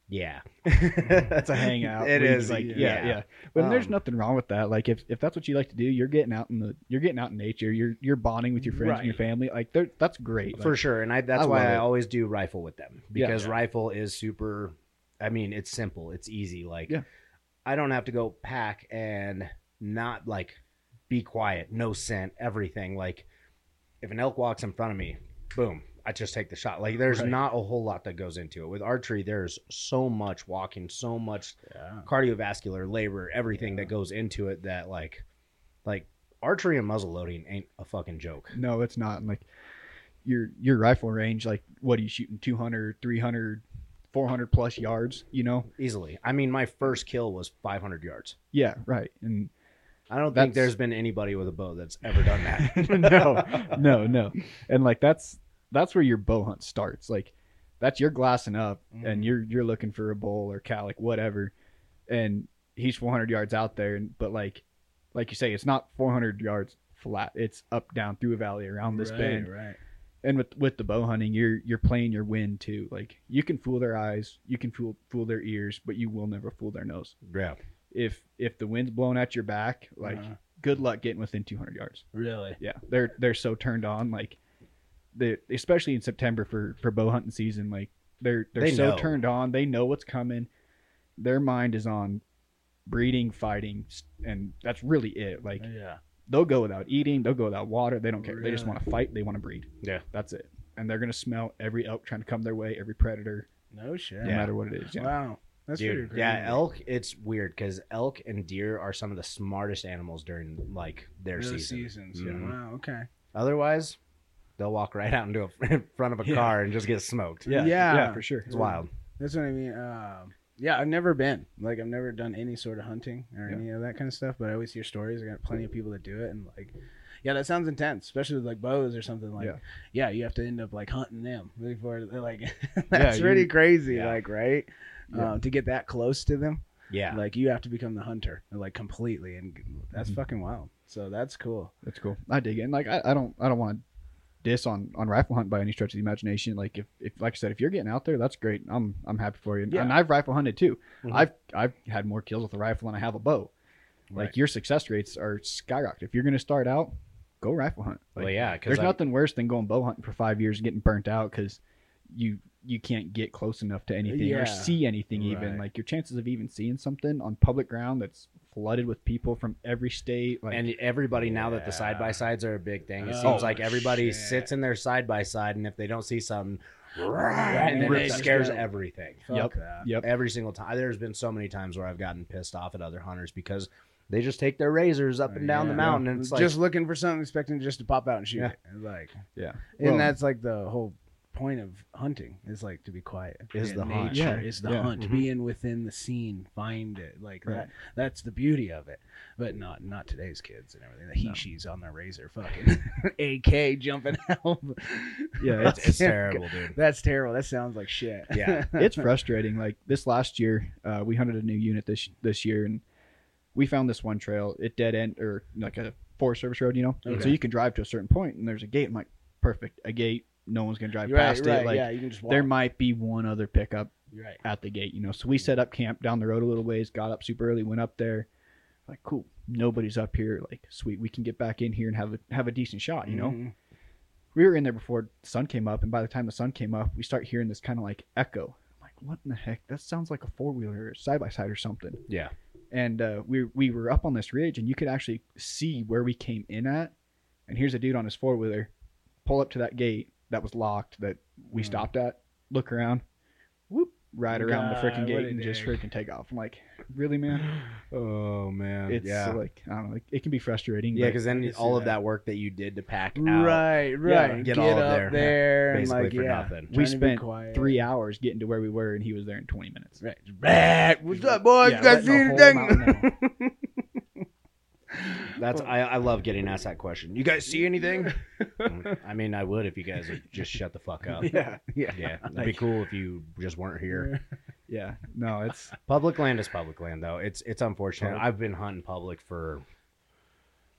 S1: yeah,
S3: That's a hangout.
S1: It
S3: We-
S1: is
S3: like yeah,
S1: yeah.
S3: yeah. But there's
S1: Um,
S3: nothing wrong with that. Like if, if that's what you like to do, you're getting out in the you're getting out in nature. You're you're bonding with your friends and your
S2: Right.
S3: family. Like they're- that's great.
S1: for
S3: Like,
S1: sure. And I that's
S3: I
S1: why
S3: love
S1: I
S3: it.
S1: always do rifle with them
S3: Yeah.
S1: because rifle is super. I mean, it's simple, it's easy. Like
S3: Yeah.
S1: I don't have to go pack and not like be quiet, no scent, everything. Like if an elk walks in front of me, boom. I just take the shot. Like there's
S3: Right.
S1: not a whole lot that goes into it. With archery, there's so much walking, so much
S2: yeah
S1: cardiovascular labor, everything
S2: Yeah.
S1: that goes into it that like like archery and muzzle loading ain't a fucking joke.
S3: No, it's not. And, Like your your rifle range, like what are you shooting 200, 300, 400 plus yards, you know?
S1: Easily. I mean, my first kill was 500 yards.
S3: Yeah, right. And
S1: I don't think
S3: That's-
S1: there's been anybody with a bow that's ever done that.
S3: no, no, no. And like that's that's where your bow hunt starts. Like that's you're glassing up and you're you're looking for a bull or cow, like whatever. And he's 400 yards out there, and but like like you say, it's not 400 yards flat. It's up, down, through a valley, around this
S2: right,
S3: bend.
S2: right
S3: And with with the bow hunting, you're you're playing your wind too. Like you can fool their eyes, you can fool fool their ears, but you will never fool their nose.
S1: yeah.
S3: If if the wind's blowing at your back, like
S2: Uh-huh.
S3: good luck getting within 200 yards.
S2: really
S3: Yeah, they're they're so turned on. Like, they especially in September for for bow hunting season. Like they're they're
S1: They
S3: so
S1: know.
S3: turned on. They know what's coming. Their mind is on breeding, fighting, s- and that's really it. Like
S2: yeah
S3: they'll go without eating. They'll go without water. They don't care. They just
S2: Really?
S3: want to fight. They want to breed.
S1: Yeah.
S3: that's it. And they're gonna smell every elk trying to come their way, every predator,
S2: No shit.
S3: no matter what it is. Yeah.
S2: Wow. That's
S1: Dude,
S2: pretty
S1: yeah,
S2: crazy.
S1: elk. It's weird because elk and deer are some of the smartest animals during like their
S2: Those
S1: season.
S2: seasons.
S1: Mhm.
S2: Yeah. Wow. Okay.
S1: Otherwise, they'll walk right out into a, in front of a
S3: Yeah.
S1: car and just get smoked.
S2: Yeah.
S3: yeah, for sure.
S1: It's wild.
S2: That's what I mean. Um yeah, I've never been. Like, I've never done any sort of hunting or
S3: Yeah.
S2: any of that kind of stuff, but I always hear stories. I got plenty of people that do it, and like, yeah, that sounds intense, especially with like bows or something. Like, yeah,
S3: Yeah.
S2: you have to end up like hunting them before they're like,
S3: Yeah,
S2: that's
S3: you-
S2: pretty crazy.
S1: yeah.
S2: Like, right?
S3: Yeah.
S2: Um, to get that close to them,
S1: Yeah.
S2: like, you have to become the hunter, like, completely, and that's
S3: Mhm.
S2: fucking wild. So that's cool.
S3: That's cool. I dig it. And like I, I don't I don't want to diss on on rifle hunt by any stretch of the imagination. Like if, if like I said, if you're getting out there, that's great. I'm I'm happy for you. And,
S2: Yeah. Mm-hmm.
S3: and I've rifle hunted too.
S1: Mhm.
S3: I've I've had more kills with a rifle than I have a bow.
S2: Right.
S3: Like your success rates are skyrocketed. If you're gonna start out, go rifle hunt. Like,
S1: well, yeah. Because
S3: There's nothing worse than going bow hunting for five years and getting burnt out because you you can't get close enough to anything
S2: Yeah.
S3: or see anything
S2: Right.
S3: even like your chances of even seeing something on public ground that's flooded with people from every state like
S1: and everybody now that the
S2: Yeah.
S1: side by sides are a big thing, it
S2: Oh,
S1: seems like everybody
S2: shit.
S1: sits in their side by side, and if they don't see something, and then it
S3: Rips it
S1: scares
S2: down.
S1: everything.
S2: Fuck
S3: Yep.
S2: that.
S3: yep
S1: Every single time, there's been so many times where I've gotten pissed off at other hunters because they just take their razors up and down the
S2: Yeah.
S1: mountain, and it's like,
S2: just looking for something, expecting just to pop out and shoot.
S1: Yeah.
S2: it. And, Like,
S3: Yeah.
S2: and
S3: Well-
S2: that's like the whole point of hunting is like to be quiet.
S1: Is
S2: And
S1: the hunt.
S2: nature
S3: Yeah.
S2: is the
S3: Yeah. Mm-hmm.
S2: hunt.
S1: Mhm.
S2: Being within the scene, find it like that.
S3: Right.
S2: That's the beauty of it. But not not today's kids and everything. The he she's on their razor, fucking AK jumping out.
S3: yeah
S1: it's, it's terrible, dude.
S2: That's terrible. That sounds like shit.
S1: Yeah.
S3: it's frustrating. Like this last year, uh, we hunted a new unit this this year, and we found this one trail. It dead end or like a Forest Service road, you know. So
S2: Okay.
S3: you can drive to a certain point, and there's a gate. I'm like, perfect, a gate. No one's gonna drive
S2: You're right.
S3: past
S2: Right.
S3: it. Like
S2: yeah. You can just walk.
S3: there might be one other pickup
S2: You're right.
S3: at the gate, you know. So we set up camp down the road a little ways. Got up super early, went up there. Like cool, nobody's up here. Like sweet, we can get back in here and have a have a decent shot, you know
S2: Mhm.
S3: we were in there before the sun came up, and by the time the sun came up, we start hearing this kind of like echo. I'm like, what in the heck? That sounds like a four wheeler or side by side or something.
S1: Yeah.
S3: And uh, we we were up on this ridge, and you could actually see where we came in at. And here's a dude on his four wheeler, pull up to that gate that was locked that we
S2: Hmm.
S3: stopped at, look around, whoop, right around the
S2: God,
S3: freaking
S2: what
S3: gate
S2: a
S3: and just
S2: dick.
S3: freaking take off. I'm like, really, man?
S1: Oh man,
S3: It's
S1: yeah.
S3: like I don't know. It, it can be frustrating.
S1: Yeah,
S3: but-
S1: because
S2: I
S1: then
S2: can see
S1: all of
S2: that.
S1: that work that you did to pack out
S2: Right. Right.
S1: get
S2: get
S1: all up
S2: up
S1: there.
S2: there, and
S1: basically
S2: like
S1: for
S2: yeah.
S1: nothing.
S2: Trying
S3: we
S2: to be
S3: spent
S2: quiet.
S3: three hours getting to where we were, and he was there in 20 minutes.
S2: Right. Rat. What's up, boys?
S3: Yeah,
S2: you guys see
S3: letting the whole
S2: anything?
S3: mountain know.
S1: That's I, I love getting asked that question. You guys see anything? I mean, I would if you guys would just shut the fuck up.
S3: yeah,
S2: Yeah.
S1: Yeah, it'd be cool if you just weren't here.
S3: yeah. No, it's
S1: Public land is public land, though. It's it's unfortunate.
S3: Public-
S1: I've been hunting public for.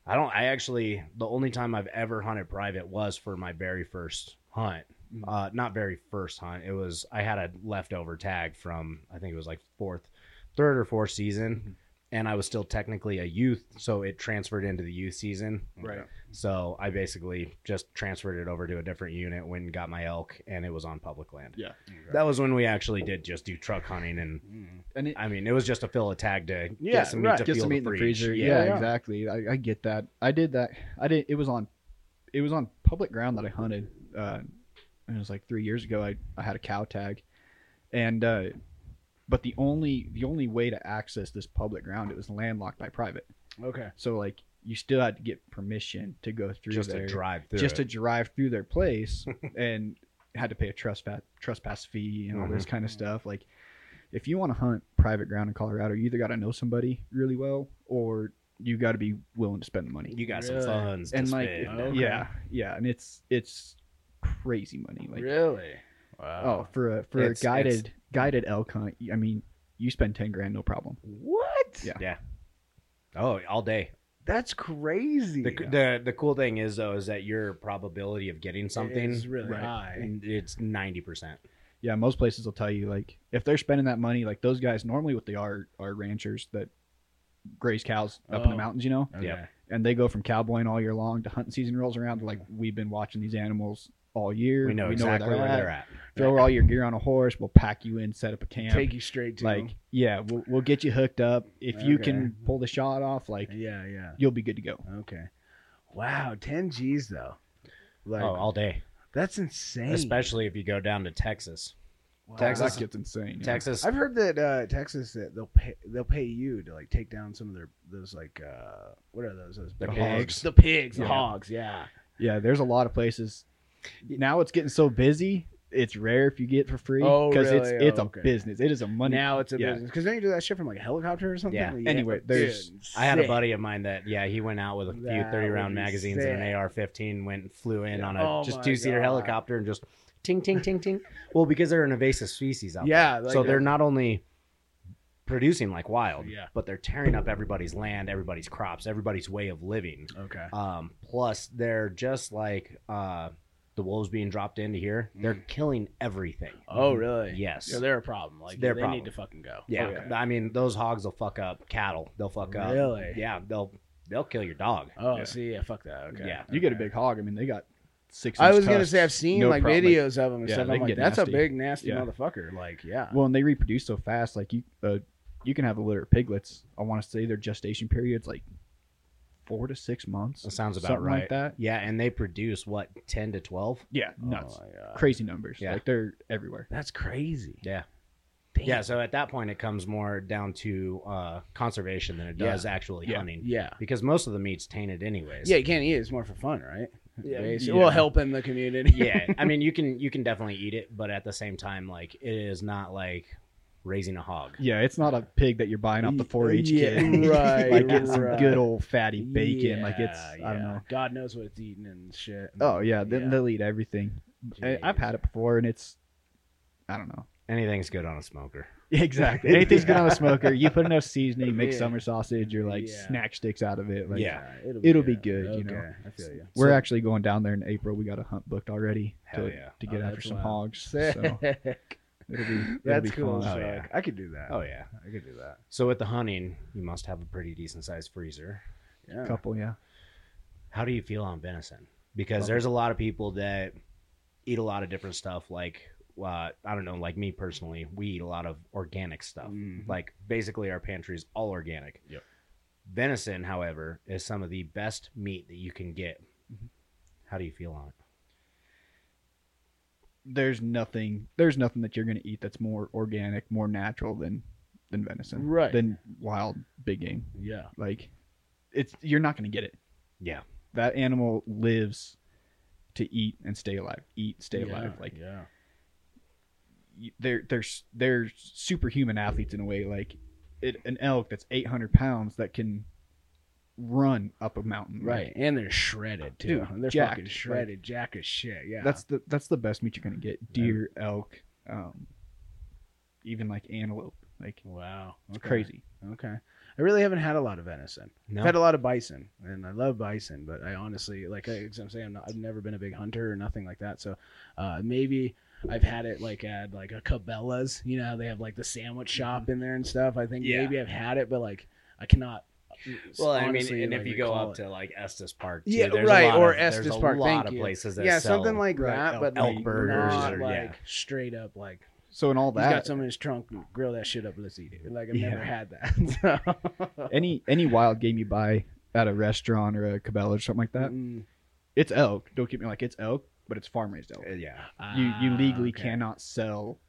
S1: I don't. I actually the only time I've ever hunted private was for my very first hunt.
S3: Mm.
S1: Uh, not very first hunt. It was I had a leftover tag from I think it was like fourth, third or fourth
S3: Mm-hmm.
S1: season, and I was still technically a youth, so it transferred into the youth season.
S3: right.
S1: So I basically just transferred it over to a different unit when got my elk, and it was on public land.
S3: Yeah.
S1: That was when we actually did just do truck hunting, and
S2: Mm.
S3: And it,
S1: I mean, it was just to fill a tag to
S2: Yeah,
S1: get some meat
S2: right.
S1: to
S3: gets
S1: feel
S3: some meat in the freezer.
S1: Yeah.
S3: Yeah,
S2: Yeah.
S3: exactly. I, I get that. I did that. I did. It was on, it was on public ground that I hunted. Uh, and it was like three years ago. I, I had a cow tag, and uh, but the only the only way to access this public ground it was landlocked by private.
S2: Okay.
S3: So like you still had to get permission to go through
S1: just
S3: there.
S1: to drive through.
S3: just to
S1: it.
S3: drive through their place and had to pay a trespass trespass fee and all this kind of stuff. Like, if you want to hunt private ground in Colorado, you either got to know somebody really well or you got to be willing to spend the money.
S1: you got
S2: Really?
S1: some funds
S3: And
S1: to
S3: like,
S1: spend.
S2: if- Okay.
S3: yeah, yeah, and it's it's crazy money. Like,
S2: really?
S3: oh, for a for
S1: It's-
S3: a guided guided elk hunt, I mean, you spend ten grand no problem.
S2: What?
S3: Yeah.
S1: Oh, all day.
S2: That's crazy.
S1: The, the the cool thing is though is that your probability of getting something
S2: is really
S3: Right.
S2: high.
S1: it's ninety percent.
S3: Yeah, most places will tell you like if they're spending that money, like those guys normally what they are are ranchers that graze cows up in
S2: Oh.
S3: the mountains, you know.
S1: Yep.
S3: and they go from cowboying all year long to hunting season rolls around. They're like, we've been watching these animals all year.
S1: We know exactly where they're at.
S3: Throw all your gear on a horse. We'll pack you in, set up a camp.
S2: Take you straight to
S3: like, yeah, we'll, we'll get you hooked up. If you can
S2: Okay.
S3: pull the shot off, like,
S2: Yeah. Yeah.
S3: you'll be good to go.
S2: Okay. Wow. Ten G's though. Like
S1: oh, all day.
S2: that's insane.
S1: Especially if you go down to Texas.
S2: Wow.
S1: Texas-
S3: that gets insane. yeah.
S1: Texas.
S2: I've heard that uh, Texas that they'll pay they'll pay you to like take down some of their those like uh, what are those those
S1: The
S2: big
S1: pigs.
S2: hogs. the pigs
S3: Yeah.
S2: the hogs yeah
S3: Yeah, there's a lot of places. Now it's getting so busy. It's rare if you get it for free
S2: Oh,
S3: it's
S2: really?
S3: it's
S2: Oh, okay.
S3: a business. It is a money.
S2: now it's a
S3: yeah.
S2: business because don't you do that shit from like a helicopter or something
S1: Yeah.
S2: Like,
S3: Anyway,
S2: dude,
S3: there's-
S1: I had a
S2: sick.
S1: buddy of mine that yeah he went out with a few
S2: That
S1: thirty
S2: would
S1: round
S2: be
S1: magazines and an
S2: sick.
S1: AR fifteen went and flew in on a
S2: Oh
S1: just
S2: my
S1: two seater
S2: God.
S1: helicopter and just ting ting ting ting. Well, because they're an invasive species out
S2: Yeah,
S1: there,
S2: like uh,
S1: so they're
S2: a-
S1: not only producing like wild,
S2: Yeah.
S1: but they're tearing up everybody's land, everybody's crops, everybody's way of living.
S2: okay
S1: Um, plus, they're just like uh, the wolves being dropped into here. They're killing everything.
S2: oh really
S1: Yes.
S2: Mm. yeah they're oh, a problem like
S1: They're a
S2: they
S1: problem.
S2: need to fucking go
S1: Yeah,
S2: Okay.
S1: I mean those hogs will fuck up cattle. They'll fuck up.
S2: Really?
S1: Yeah, they'll they'll kill your dog.
S2: oh
S3: Yeah.
S2: see yeah fuck that okay
S1: Yeah.
S3: You get a
S2: Okay.
S3: big hog. I mean, they got six.
S2: I
S3: inch
S2: was gonna
S3: tusks,
S2: say I've seen
S3: no
S2: like
S3: problem.
S2: videos of them and
S3: Yeah,
S2: stuff.
S3: they
S2: I'm
S3: can
S2: like,
S3: get
S2: that's
S3: nasty.
S2: a big nasty
S3: Yeah.
S2: motherfucker. Like, yeah,
S3: Well, and they reproduce so fast. Like you, uh, you can have a litter of piglets. I want to say their gestation period's like four to six months.
S1: That sounds about
S3: something
S1: right.
S3: Like that.
S1: Yeah, and they produce what ten to twelve.
S3: Yeah,
S2: Oh
S3: nuts.
S2: my God.
S3: Crazy numbers.
S1: Yeah.
S3: Like they're everywhere.
S2: That's crazy.
S1: Yeah.
S2: Damn.
S1: Yeah, so at that point it comes more down to uh, conservation than it does actually
S3: Yeah.
S1: hunting
S2: Yeah.
S1: because most of the meat's tainted anyways.
S2: Yeah, you can't eat it. It's more for fun, right?
S3: Yeah.
S2: Basically.
S3: Yeah.
S2: Well, helping the community.
S1: yeah. I mean you can you can definitely eat it, but at the same time like it is not like raising a hog.
S3: Yeah, it's not a pig that you're buying off the 4-H
S2: Yeah,
S3: kid.
S2: right,
S3: like getting some
S2: right.
S3: good old fatty bacon. like it's
S2: Yeah,
S3: I don't
S2: yeah.
S3: know.
S2: God knows what it's eating and shit.
S3: Oh yeah, then
S2: Yeah.
S3: they'll eat everything. I,
S2: Jeez.
S3: I've had it before, and it's I don't know.
S1: Anything's good on a smoker.
S3: Exactly. Anything's good on a smoker. You put enough seasoning, make
S2: Yeah.
S3: summer sausage or like
S2: Yeah.
S3: snack sticks out of it. Like,
S1: Yeah.
S2: it'll
S3: it'll be good, you know.
S2: Okay, I feel you.
S3: We're
S1: So-
S3: actually going down there in April. We got a hunt booked already
S1: Hell
S3: to,
S1: yeah.
S3: to get
S2: Oh,
S3: after
S2: that's
S3: some
S2: wild.
S3: hogs. So it'll be, it'll
S2: that's
S3: be
S2: cool.
S3: fun.
S2: as
S1: Oh,
S2: fuck.
S1: yeah.
S2: I could do that.
S1: Oh yeah.
S2: I could do that.
S1: So with the hunting, you must have a pretty decent sized freezer.
S2: Yeah.
S3: Couple, yeah.
S1: How do you feel on venison? Because
S3: Love
S1: there's a lot of people that eat a lot of different stuff. Like, uh, I don't know, like me personally, we eat a lot of organic stuff.
S2: Mhm.
S1: Like, basically, our pantry is all organic.
S2: Yep.
S1: Venison, however, is some of the best meat that you can get.
S2: Mm-hmm.
S3: Mhm.
S1: How do you feel on it?
S3: There's nothing. There's nothing that you're going to eat that's more organic, more natural than than venison,
S2: Right.
S3: Than wild big game.
S2: yeah.
S3: Like, it's you're not going to get it.
S1: Yeah.
S3: That animal lives to eat and stay alive. Eat, stay
S2: yeah,
S3: alive. Like
S2: yeah.
S3: you- they're they're s- they're superhuman athletes in a way. Like it, an elk that's 800 pounds that can run up a mountain. Like,
S2: Right, and they're shredded too.
S3: mm. Dude,
S2: they're
S3: jacked,
S2: fucking
S3: like-
S2: shredded, jack as shit. Yeah,
S3: That's the that's the best meat you're gonna get. Deer, elk, um, even like antelope. Like
S2: wow,
S3: it's
S2: okay.
S3: crazy.
S2: Okay, I really haven't had a lot of venison.
S1: No.
S2: I've had a lot of bison, and I love bison, but I honestly like I, 'cause I'm saying I'm not, I've never been a big hunter or nothing like that. So uh, maybe I've had it like at like a Cabela's. You know, how they have like the sandwich shop in there and stuff. I think
S1: Mm-hmm. Yeah.
S2: maybe I've had it, but like I cannot. uh,
S1: Well, I mean,
S2: honestly,
S1: and
S2: like,
S1: if you go
S2: recall
S1: up
S2: it.
S1: to like Estes Park,
S2: too, Yeah, there's a
S1: right,
S2: right, lot
S1: or
S2: or of- there's
S1: Estes
S2: Estes a
S1: Park,
S2: Park, lot thank of you.
S1: places
S2: places
S1: that
S2: yeah, something like
S3: right,
S2: that,
S3: elk-
S2: but
S1: elk
S2: like
S1: burgers
S2: not
S1: or-
S2: like
S1: yeah.
S2: straight up like
S3: So in all
S2: He's got
S3: that,
S2: some in his trunk. Grill that shit up. Let's eat it. Like I've
S3: Yeah.
S2: never had that. So.
S3: any any wild game you buy at a restaurant or a Cabela's or something like that,
S2: Mm,
S3: it's elk. Don't get me like it's elk, but it's farm raised elk.
S1: yeah,
S3: you you
S2: ah,
S3: legally
S2: okay.
S3: cannot sell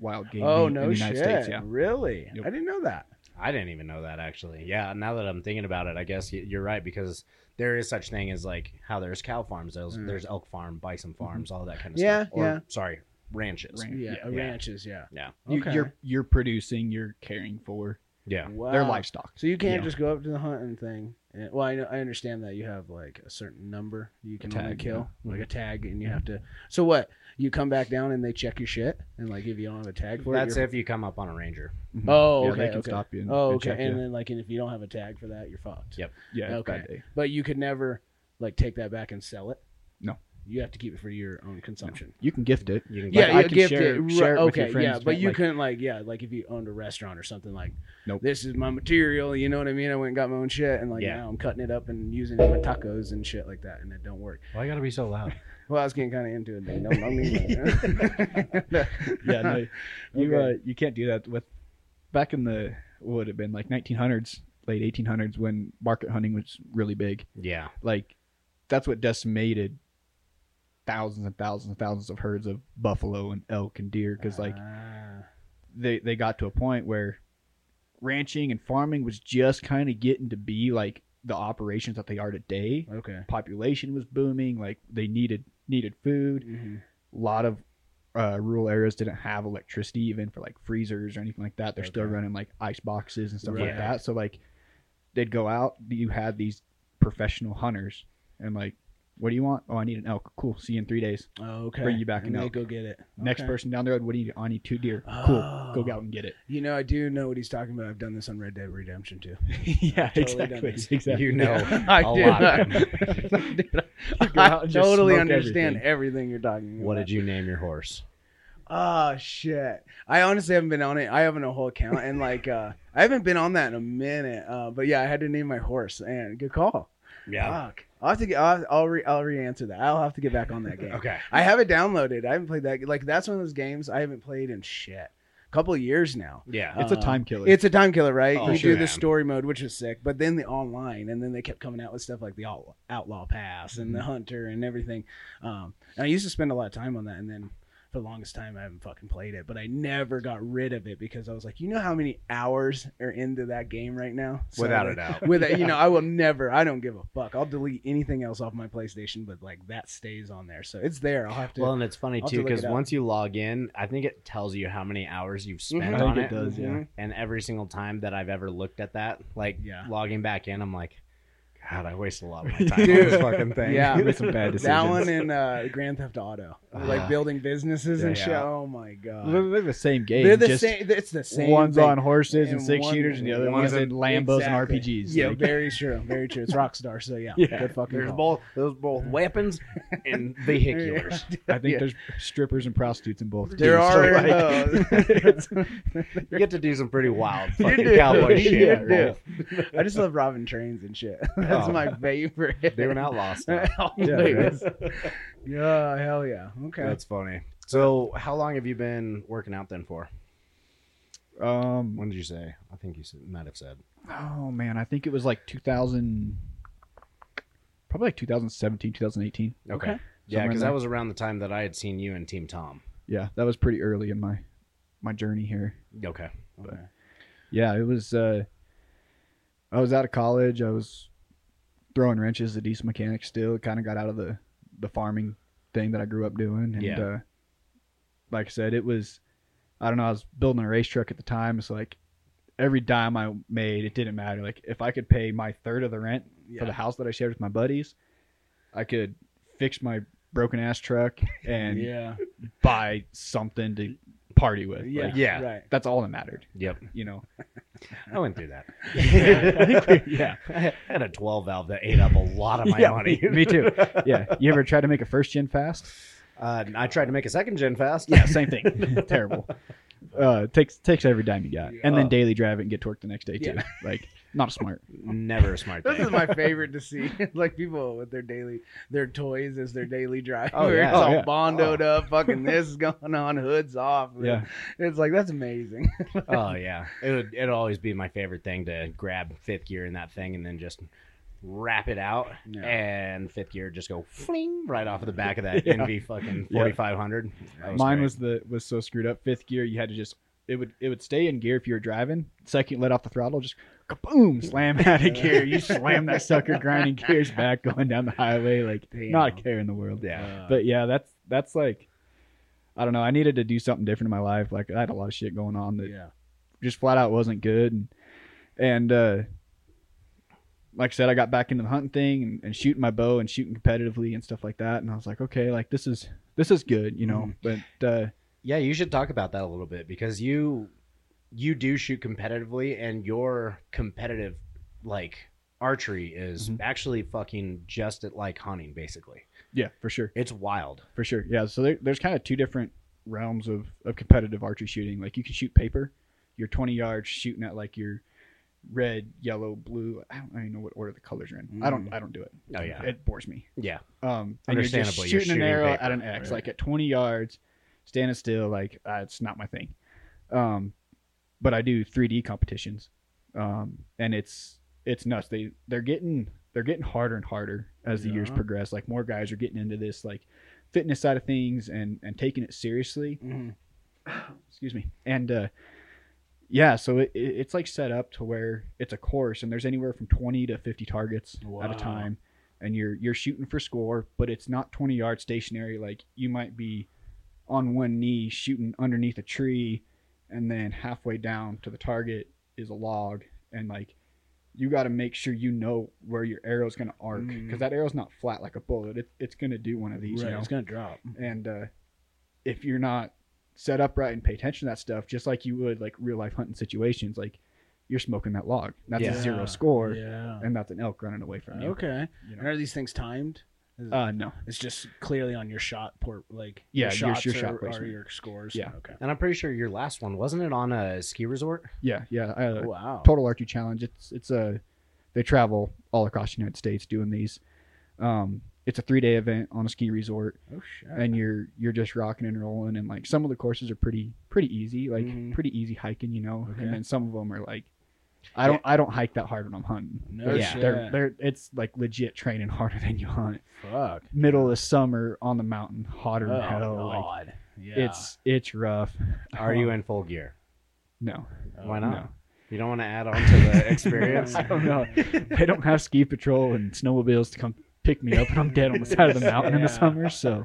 S3: wild game.
S2: Oh
S3: meat
S2: no
S3: in the
S2: shit!
S3: United States, yeah.
S2: Really?
S3: Yep.
S2: I didn't know that.
S1: I didn't even know that actually. Yeah, now that I'm thinking about it, I guess y- you're right because there is such thing as like how there's cow farms, there's,
S2: Mm.
S1: there's elk farm, bison farms, all that kind of
S2: Yeah,
S1: stuff. Or,
S2: yeah.
S1: Sorry, ranches.
S3: Ranch.
S2: Yeah, uh,
S1: yeah.
S2: ranches. Yeah.
S1: Yeah,
S3: You,
S2: Okay.
S3: You're you're producing, you're caring for
S1: yeah,
S2: wow.
S3: their livestock.
S2: So you can't
S1: Yeah.
S2: just go up to the hunting thing. And, well, I know, I understand that you have like a certain number you can only
S3: tag, Mm-hmm.
S2: kill,
S1: yeah.
S2: like a tag, and you have to. So what? You come back down and they check your shit, and like if you don't have a tag for
S1: That's
S2: it.
S1: if you come up on a ranger.
S3: Mhm.
S2: Oh,
S3: Yeah,
S2: okay.
S3: they can
S2: okay.
S3: stop you and-
S2: oh,
S3: and
S2: okay.
S3: check
S2: and
S3: you.
S2: then like, and if you don't have a tag for that, you're fucked.
S1: Yep.
S3: yeah, it's
S2: okay.
S3: bad day.
S2: But you could never like take that back and sell it.
S3: No.
S2: you have to keep it for your own consumption.
S3: You can gift it.
S1: You can
S3: Yeah,
S1: yeah,
S3: I
S2: you
S3: can
S2: gift
S3: share-
S2: it.
S3: share
S2: Right,
S3: it with
S2: okay,
S3: your
S2: yeah,
S3: friends,
S2: but
S3: man,
S2: you
S3: like-
S2: couldn't like yeah, like if you owned a restaurant or something like.
S3: Nope.
S2: This is my material. You know what I mean? I went and got my own shit, and like
S1: Yeah.
S2: now I'm cutting it up and using it in my tacos and shit like that, and it don't work.
S1: Why you gotta be so loud?
S2: Well, I was getting kind of into it. Then. Don't, don't mean that.
S3: yeah, no, you
S2: Okay.
S3: uh, you can't do that with back in the what would have been like 1900s, late 1800s when market hunting was really big.
S1: Yeah,
S3: Like that's what decimated thousands and thousands and thousands of herds of buffalo and elk and deer because like
S2: Ah.
S3: they they got to a point where ranching and farming was just kind of getting to be like the operations that they are today.
S2: okay.
S3: Population was booming, like they needed needed food.
S2: Mm-hmm.
S3: A lot of uh, rural areas didn't have electricity even for like freezers or anything like that. They're still
S2: Okay.
S3: running like ice boxes and stuff
S1: Right.
S3: like that. So like they'd go out, you had these professional hunters and like what do you want? Oh, I need an elk. Cool. See you in three days.
S2: Oh, okay.
S3: Bring you back
S2: and
S3: an
S2: they
S3: elk.
S2: go get it.
S3: Next
S2: Okay.
S3: person down the road. What do you? need? I need two deer. Cool.
S2: Oh.
S3: Go out and get it.
S2: You know, I do know what he's talking about. I've done this on Red Dead Redemption too.
S3: yeah,
S2: I've totally done
S3: exactly.
S2: this.
S3: Exactly.
S1: You know
S2: I
S1: a lot.
S2: Dude,
S3: go
S2: I
S3: out and just
S2: totally
S3: smoke
S2: understand everything.
S3: everything.
S2: you're talking about.
S1: What did you name your horse?
S2: Oh shit! I honestly haven't been on it. I haven't a whole account, and like uh, I haven't been on that in a minute. Uh, but yeah, I had to name my horse. And good call. Fuck. I'll have to get. I'll I'll, re, I'll re-answer that. I'll have to get back on that game.
S1: Uh, Okay.
S2: I have it downloaded. I haven't played that. Like that's one of those games I haven't played in shit. Couple of years now.
S1: Yeah.
S3: It's a
S2: Uh,
S3: time killer.
S2: It's a time killer, right?
S1: Oh,
S2: you
S1: sure,
S2: do the
S1: man.
S2: story mode, which is sick, but then the online, and then they kept coming out with stuff like the Outlaw, outlaw Pass and
S1: Mm-hmm.
S2: the Hunter and everything. Um, and I used to spend a lot of time on that, and then for the longest time, I haven't fucking played it, but I never got rid of it because I was like, you know how many hours are into that game right now? So,
S1: Without a
S2: like,
S1: doubt.
S2: With it, you
S3: Yeah.
S2: know, I will never. I don't give a fuck. I'll delete anything else off my PlayStation, but like that stays on there, so it's there. I'll have to.
S1: Well, and it's funny
S2: I'll have
S1: too
S2: to look it
S1: because
S2: up.
S1: once you log in, I think it tells you how many hours you've spent
S2: Mhm.
S3: I
S1: on
S3: think
S1: it.
S3: it does. Yeah.
S2: Mhm.
S1: And every single time that I've ever looked at that, like
S2: Yeah.
S1: logging back in, I'm like, God, I waste a lot of my time on
S2: Dude.
S1: this fucking thing.
S2: Yeah.
S3: Made some bad decisions.
S2: That one and uh, Grand Theft Auto, like
S1: Ah.
S2: building businesses and shit.
S1: Yeah.
S2: Oh my god,
S3: They're, they're the same game.
S2: They're the
S3: just
S2: same. It's the same.
S3: One's
S2: thing.
S3: on horses and,
S2: And
S3: six
S2: one-
S3: shooters, and the other
S1: one's
S3: one's
S1: in-
S3: in Lambos
S2: Exactly.
S3: and RPGs.
S2: Yeah,
S3: Like,
S2: very true. Very true. It's Rockstar, so yeah.
S3: Yeah.
S2: Good fucking
S1: There's
S2: call.
S1: both there's both weapons and vehiculars.
S3: I think
S2: yeah.
S3: there's strippers and prostitutes in both.
S2: There
S3: too, so,
S2: are,
S3: like,
S2: uh,
S1: You get to do some pretty wild fucking
S2: do.
S1: cowboy
S2: You
S1: shit.
S2: do.
S1: man.
S2: I just love robbing trains and shit. That's
S1: Oh.
S2: my favorite.
S1: They were not lost.
S2: Oh, Always. yeah, hell yeah. Okay.
S1: That's funny. So, how long have you been working out then for?
S3: um,
S2: uh,
S1: When did you say? I think you said, might have said.
S3: oh man, I think it was like 2000, probably like 2017, 2018.
S1: Okay.
S2: Okay.
S1: Yeah,
S3: Somewhere in
S1: because
S3: there.
S1: that was around the time that I had seen you and Team Tom.
S3: Yeah, that was pretty early in my my journey here.
S1: Okay.
S2: okay.
S3: yeah it was uh i was out of college i was throwing wrenches a decent mechanic still kind of got out of the the farming thing that i grew up doing and
S1: Yeah.
S3: uh like i said it was i don't know i was building a race truck at the time so like every dime i made it didn't matter like if i could pay my third of the rent for
S2: Yeah.
S3: the house that i shared with my buddies i could fix my broken ass truck and
S2: yeah.
S3: buy something to party with
S2: Yeah.
S3: Like,
S1: yeah.
S2: Right.
S3: that's all that mattered
S1: Yep.
S3: you know
S1: I went through that.
S3: yeah
S1: I had a 12 valve that ate up a lot of my
S3: Yeah,
S1: money.
S3: me- me too. yeah. You ever tried to make a first gen fast?
S1: Uh, I tried to make a second gen fast.
S3: Yeah, same thing. Terrible. Uh, takes takes every dime you got, and then
S1: Yeah.
S3: daily drive it and get torqued the next day too.
S2: Yeah.
S3: Like not smart.
S1: Never a smart
S2: This
S1: thing.
S2: is my favorite to see, like people with their daily, their toys as their daily driver.
S1: Oh, yeah.
S2: It's all
S3: Oh, yeah.
S2: bondoed up, fucking this is going on, hoods off.
S3: Yeah.
S2: it's like that's amazing.
S1: oh yeah, it would it'd always be my favorite thing to grab fifth gear in that thing and then just wrap it out
S2: Yeah.
S1: and fifth gear just go fling right off of the back of that
S3: Yeah.
S1: NV fucking
S3: Yeah.
S1: 4500. That
S3: Mine
S1: great.
S3: was the was so screwed up. Fifth gear, you had to just it would it would stay in gear if you were driving. Second, let off the throttle, just kaboom, slam out of gear. You slam that sucker grinding gears back going down the highway like
S2: Damn.
S3: not a care in the world.
S1: yeah.
S3: But yeah, that's that's like I don't know. I needed to do something different in my life. Like I had a lot of shit going on that
S2: Uh, yeah.
S3: just flat out wasn't good and and uh like I said, I got back into the hunting thing and, and shooting my bow and shooting competitively and stuff like that. And I was like, okay, like this is this is good, you know. But uh,
S1: Yeah, you should talk about that a little bit because you you do shoot competitively and your competitive like archery is
S3: Mhm.
S1: actually fucking just at like hunting basically.
S3: yeah, for sure,
S1: It's wild.
S3: for sure, yeah. So there, there's kind of two different realms of of competitive archery shooting. Like you can shoot paper, you're 20 yards shooting at like your red, yellow, blue. I don't even know what order the colors are in. I don't,
S2: Mm.
S3: I don't do it.
S1: Oh yeah.
S3: It bores me.
S1: yeah.
S3: Um, and you're just
S1: Understandably,
S3: shooting,
S1: you're
S3: an
S1: shooting
S3: arrow
S1: paper.
S3: at an X,
S2: Right.
S3: like at 20 yards, standing still. Like uh, it's not my thing. Um, but I do 3D competitions, um, and it's it's nuts. They they're getting they're getting harder and harder as the years
S2: Yeah.
S3: progress. Like more guys are getting into this like fitness side of things and and taking it seriously.
S2: Mhm.
S3: Excuse me. And uh, yeah, so it, it, it's like set up to where it's a course, and there's anywhere from 20 to 50 targets at
S2: Wow.
S3: a time, and you're you're shooting for score, but it's not 20 yards stationary. Like you might be on one knee shooting underneath a tree, and then halfway down to the target is a log, and like you got to make sure you know where your arrow's going to arc because
S2: Mhm.
S3: that arrow's not flat like a bullet. It, it's going to do one of these.
S2: Right,
S3: You know?
S2: it's gonna drop.
S3: and uh, if you're not set up right and pay attention to that stuff just like you would like real life hunting situations like you're smoking that log that's
S1: Yeah.
S3: a zero score
S2: Yeah. Uh,
S3: and that's an elk running away from you,
S2: Okay.
S3: you
S2: And
S3: know?
S2: are these things timed? Is-
S3: uh no
S2: it's just clearly on your shot port, like
S3: Yeah,
S2: your
S3: your-
S2: shots
S3: your
S2: are,
S3: shot
S2: are
S3: placement.
S2: your scores.
S3: Yeah.
S2: Okay.
S1: And I'm pretty sure your last one wasn't it on a ski resort?
S3: yeah yeah uh,
S2: Wow. Oh,
S3: total archery challenge it's it's a they travel all across the united states doing these um it's a three day event on a ski resort
S2: Oh shit.
S3: and you're you're just rocking and rolling and like some of the courses are pretty pretty easy like
S2: Mhm.
S3: pretty easy hiking you know
S2: Okay.
S3: and then some of them are like i don't i don't hike that hard when i'm hunting
S2: No
S3: they're,
S1: shit.
S3: they're, they're it's like legit training harder than you hunt
S2: Fuck.
S3: middle of summer on the mountain hotter
S2: Oh,
S3: than hell like,
S2: God. yeah.
S3: it's it's rough
S1: Are you in full gear?
S3: no
S2: Oh,
S1: Why not?
S3: no.
S1: You don't want to add on to the experience.
S3: i don't know they don't have ski patrol and snowmobiles to come pick me up and i'm dead on the side of the mountain in
S2: Yeah.
S3: the summer so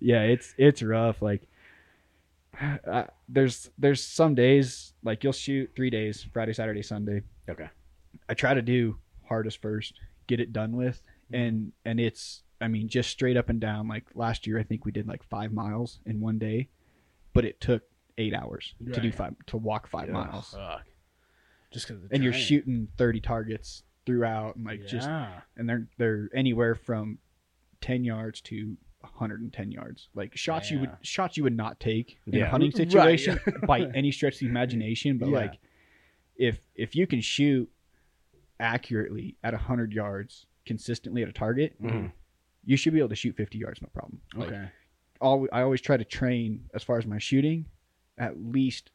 S3: yeah it's it's rough like I, there's there's some days like you'll shoot three days friday saturday sunday
S1: okay.
S3: I try to do hardest first, get it done with, and and it's I mean just straight up and down. Like last year, I think we did like five miles in one day, but it took eight hours to do
S2: Right.
S3: five to walk five
S1: Yeah.
S3: miles,
S2: Fuck. Just because.
S3: and you're shooting thirty targets throughout, and like just
S2: Yeah.
S3: and they're they're anywhere from ten yards to 110 yards like shots you would
S2: Yeah.
S3: shots you would not take in
S1: Yeah.
S3: a hunting
S2: Right,
S3: situation by any stretch of the imagination but
S2: Yeah.
S3: like if if you can shoot accurately at 100 yards consistently at a target
S1: Mhm.
S3: you should be able to shoot 50 yards no problem Like,
S2: Okay.
S3: al- I always try to train as far as my shooting at least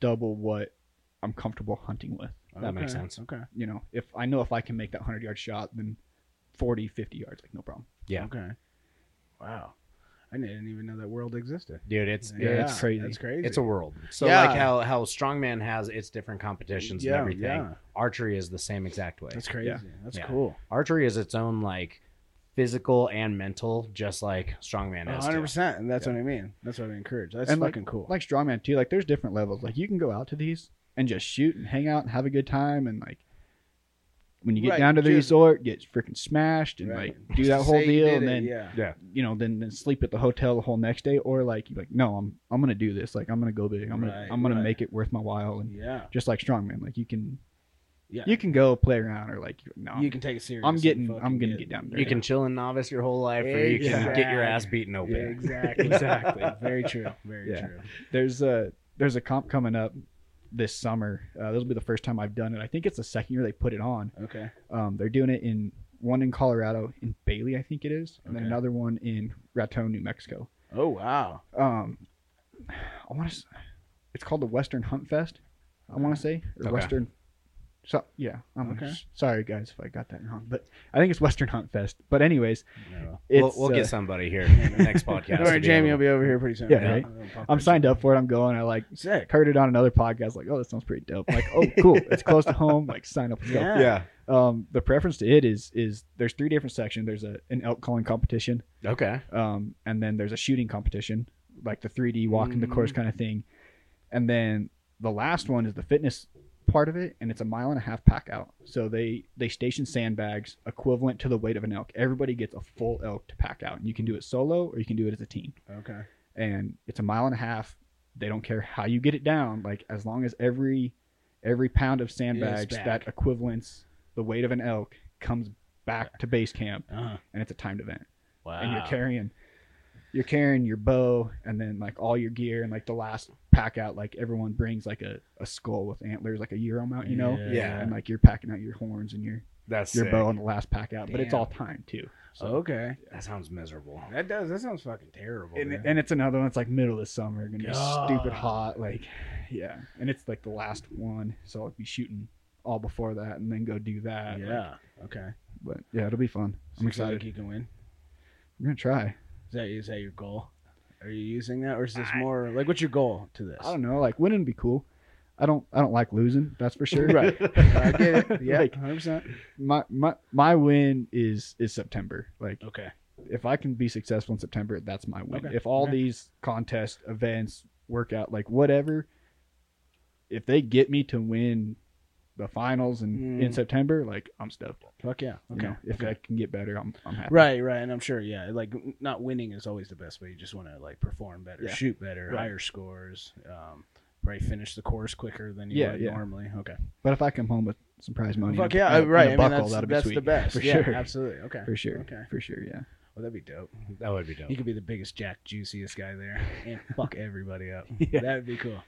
S3: double what I'm comfortable hunting with
S1: that makes
S2: Okay.
S1: sense.
S2: Okay.
S3: you know if I know if I can make that 100 yard shot then 40 50 yards like no problem
S1: Yeah.
S2: Okay. Wow. I didn't even know that world existed.
S1: Dude, it's
S3: Yeah,
S1: it's
S3: it's crazy.
S2: That's crazy.
S1: it's a world. So
S2: Yeah.
S1: like how how strongman has its different competitions
S2: Yeah,
S1: and everything.
S2: yeah.
S1: Archery is the same exact way.
S2: That's crazy.
S3: Yeah.
S2: That's
S1: Yeah.
S2: cool.
S1: Archery is its own like physical and mental, just like strongman is.
S2: hundred
S1: too.
S2: percent, and that's what I mean. That's what I encourage. That's
S3: And, like-
S2: fucking cool.
S3: like strongman too like there's different levels like you can go out to these and just shoot and hang out and have a good time and like when you get
S2: Right,
S3: down to the
S2: just-
S3: resort get freaking smashed and
S2: Right.
S3: like do that
S2: Just
S3: whole
S2: say you
S3: deal
S2: did
S3: and
S2: it,
S3: then
S2: yeah.
S1: Yeah.
S3: you know then, then sleep at the hotel the whole next day or like you're like no i'm i'm gonna do this like i'm gonna go big i'm gonna
S2: Right,
S3: i'm gonna
S2: right.
S3: make it worth my while and
S2: yeah,
S3: just like strongman like you can
S2: yeah,
S3: you can go play around or like you're like, no
S2: You can take it serious.
S3: i'm
S2: and
S3: getting
S2: fucking
S3: i'm gonna get down there
S1: You can chill in novice your whole life, or you can get your ass beaten
S2: Yeah,
S1: open.
S2: exactly, exactly. Very true. Very
S3: Yeah.
S2: true.
S3: there's a there's a comp coming up this summer uh, this will be the first time i've done it i think it's the second year they put it on
S2: Okay.
S3: Um, they're doing it in one in Colorado, in Bailey, I think it is, and then
S2: Okay.
S3: another one in Raton, New Mexico.
S2: Oh wow.
S3: Um, I want to. It's called the Western Hunt Fest. I want to say or
S1: Mm. Okay.
S3: Western. So yeah, I'm
S2: Okay.
S3: sorry guys if I got that wrong, but I think it's Western Hunt Fest. But anyways,
S2: No.
S3: it's,
S1: we'll we'll
S3: uh,
S1: get somebody here next podcast.
S2: Don't
S1: to
S2: worry,
S1: be
S2: Jamie will
S1: able to-
S2: be over here pretty soon.
S3: Yeah, right. I'm signed up for it. I'm going. I like
S2: Sick.
S3: heard it on another podcast. Like, oh, that sounds pretty dope. Like, oh, cool. It's close to home. Like, sign up. Let's go.
S2: Yeah.
S3: Um, the preference to it is is there's three different sections. There's a an elk calling competition.
S1: Okay.
S3: um, and then there's a shooting competition, like the 3D walk in the course kind of thing, and then the last one is the fitness part of it, and it's a mile and a half pack out. So they they station sandbags equivalent to the weight of an elk. Everybody gets a full elk to pack out, and you can do it solo or you can do it as a team.
S2: Okay.
S3: And it's a mile and a half. They don't care how you get it down, like as long as every every pound of sandbags
S2: back.
S3: that equivalents the weight of an elk comes back to base camp,
S2: Uh-huh.
S3: and it's a timed event
S2: Wow.
S1: Ah.
S3: and you're carrying you're carrying your bow and then like all your gear and like the last pack out like everyone brings like a, a skull with antlers like a euro mount you know
S1: Yeah.
S3: and like you're packing out your horns and your
S1: That's
S3: your
S1: sick.
S3: bow on the last pack out but it's
S2: Damn.
S3: all timed too so
S2: Okay.
S1: That sounds miserable.
S2: That does. That sounds fucking terrible.
S3: and,
S2: man.
S3: and it's another one it's like middle of summer gonna be
S2: God.
S3: stupid hot like yeah and it's like the last one so i'll be shooting all before that and then go do that like,
S2: yeah. Okay.
S3: but yeah it'll be fun
S2: So
S3: i'm
S2: you feel like
S3: excited
S2: You can win.
S3: i'm gonna try
S2: Is that is that your goal? Are you using that, or is this
S1: I-
S2: more like what's your goal to this?
S3: I don't know. Like winning would be cool. I don't. I don't like losing. That's for sure.
S2: Right. I get it. Yeah,
S3: Like-
S2: hundred percent.
S3: My my my win is is September. Like
S2: Okay.
S3: if I can be successful in September, that's my win.
S2: Okay.
S3: If all
S2: Okay.
S3: these contest events work out, like whatever, if they get me to win the finals in, in
S2: Mm.
S3: September, like I'm stoked.
S2: Fuck yeah.
S3: You
S2: Okay.
S3: know, if
S2: okay.
S3: I can get better, I'm I'm happy.
S2: Right, right, and I'm sure, yeah. Like, n- not winning is always the best way. You just want to like perform better,
S3: Yeah.
S2: shoot better,
S3: Right.
S2: higher scores. Um, probably finish the course quicker than you
S3: Yeah,
S2: would
S3: yeah.
S2: normally. Okay,
S3: But if I come home with some prize money,
S2: fuck
S3: and-
S2: yeah, uh,
S3: and a-
S2: right. I
S3: and a
S2: mean,
S3: buckle,
S2: that's,
S3: that'd be
S2: that's
S3: sweet.
S2: the best.
S3: for
S2: yeah,
S3: sure.
S2: absolutely. Okay,
S3: For sure.
S2: Okay,
S3: For sure. Yeah.
S2: well, that'd be dope.
S1: That would be dope.
S2: You could be the biggest Jack Juiciest guy there and fuck everybody up.
S3: Yeah.
S2: That'd be cool.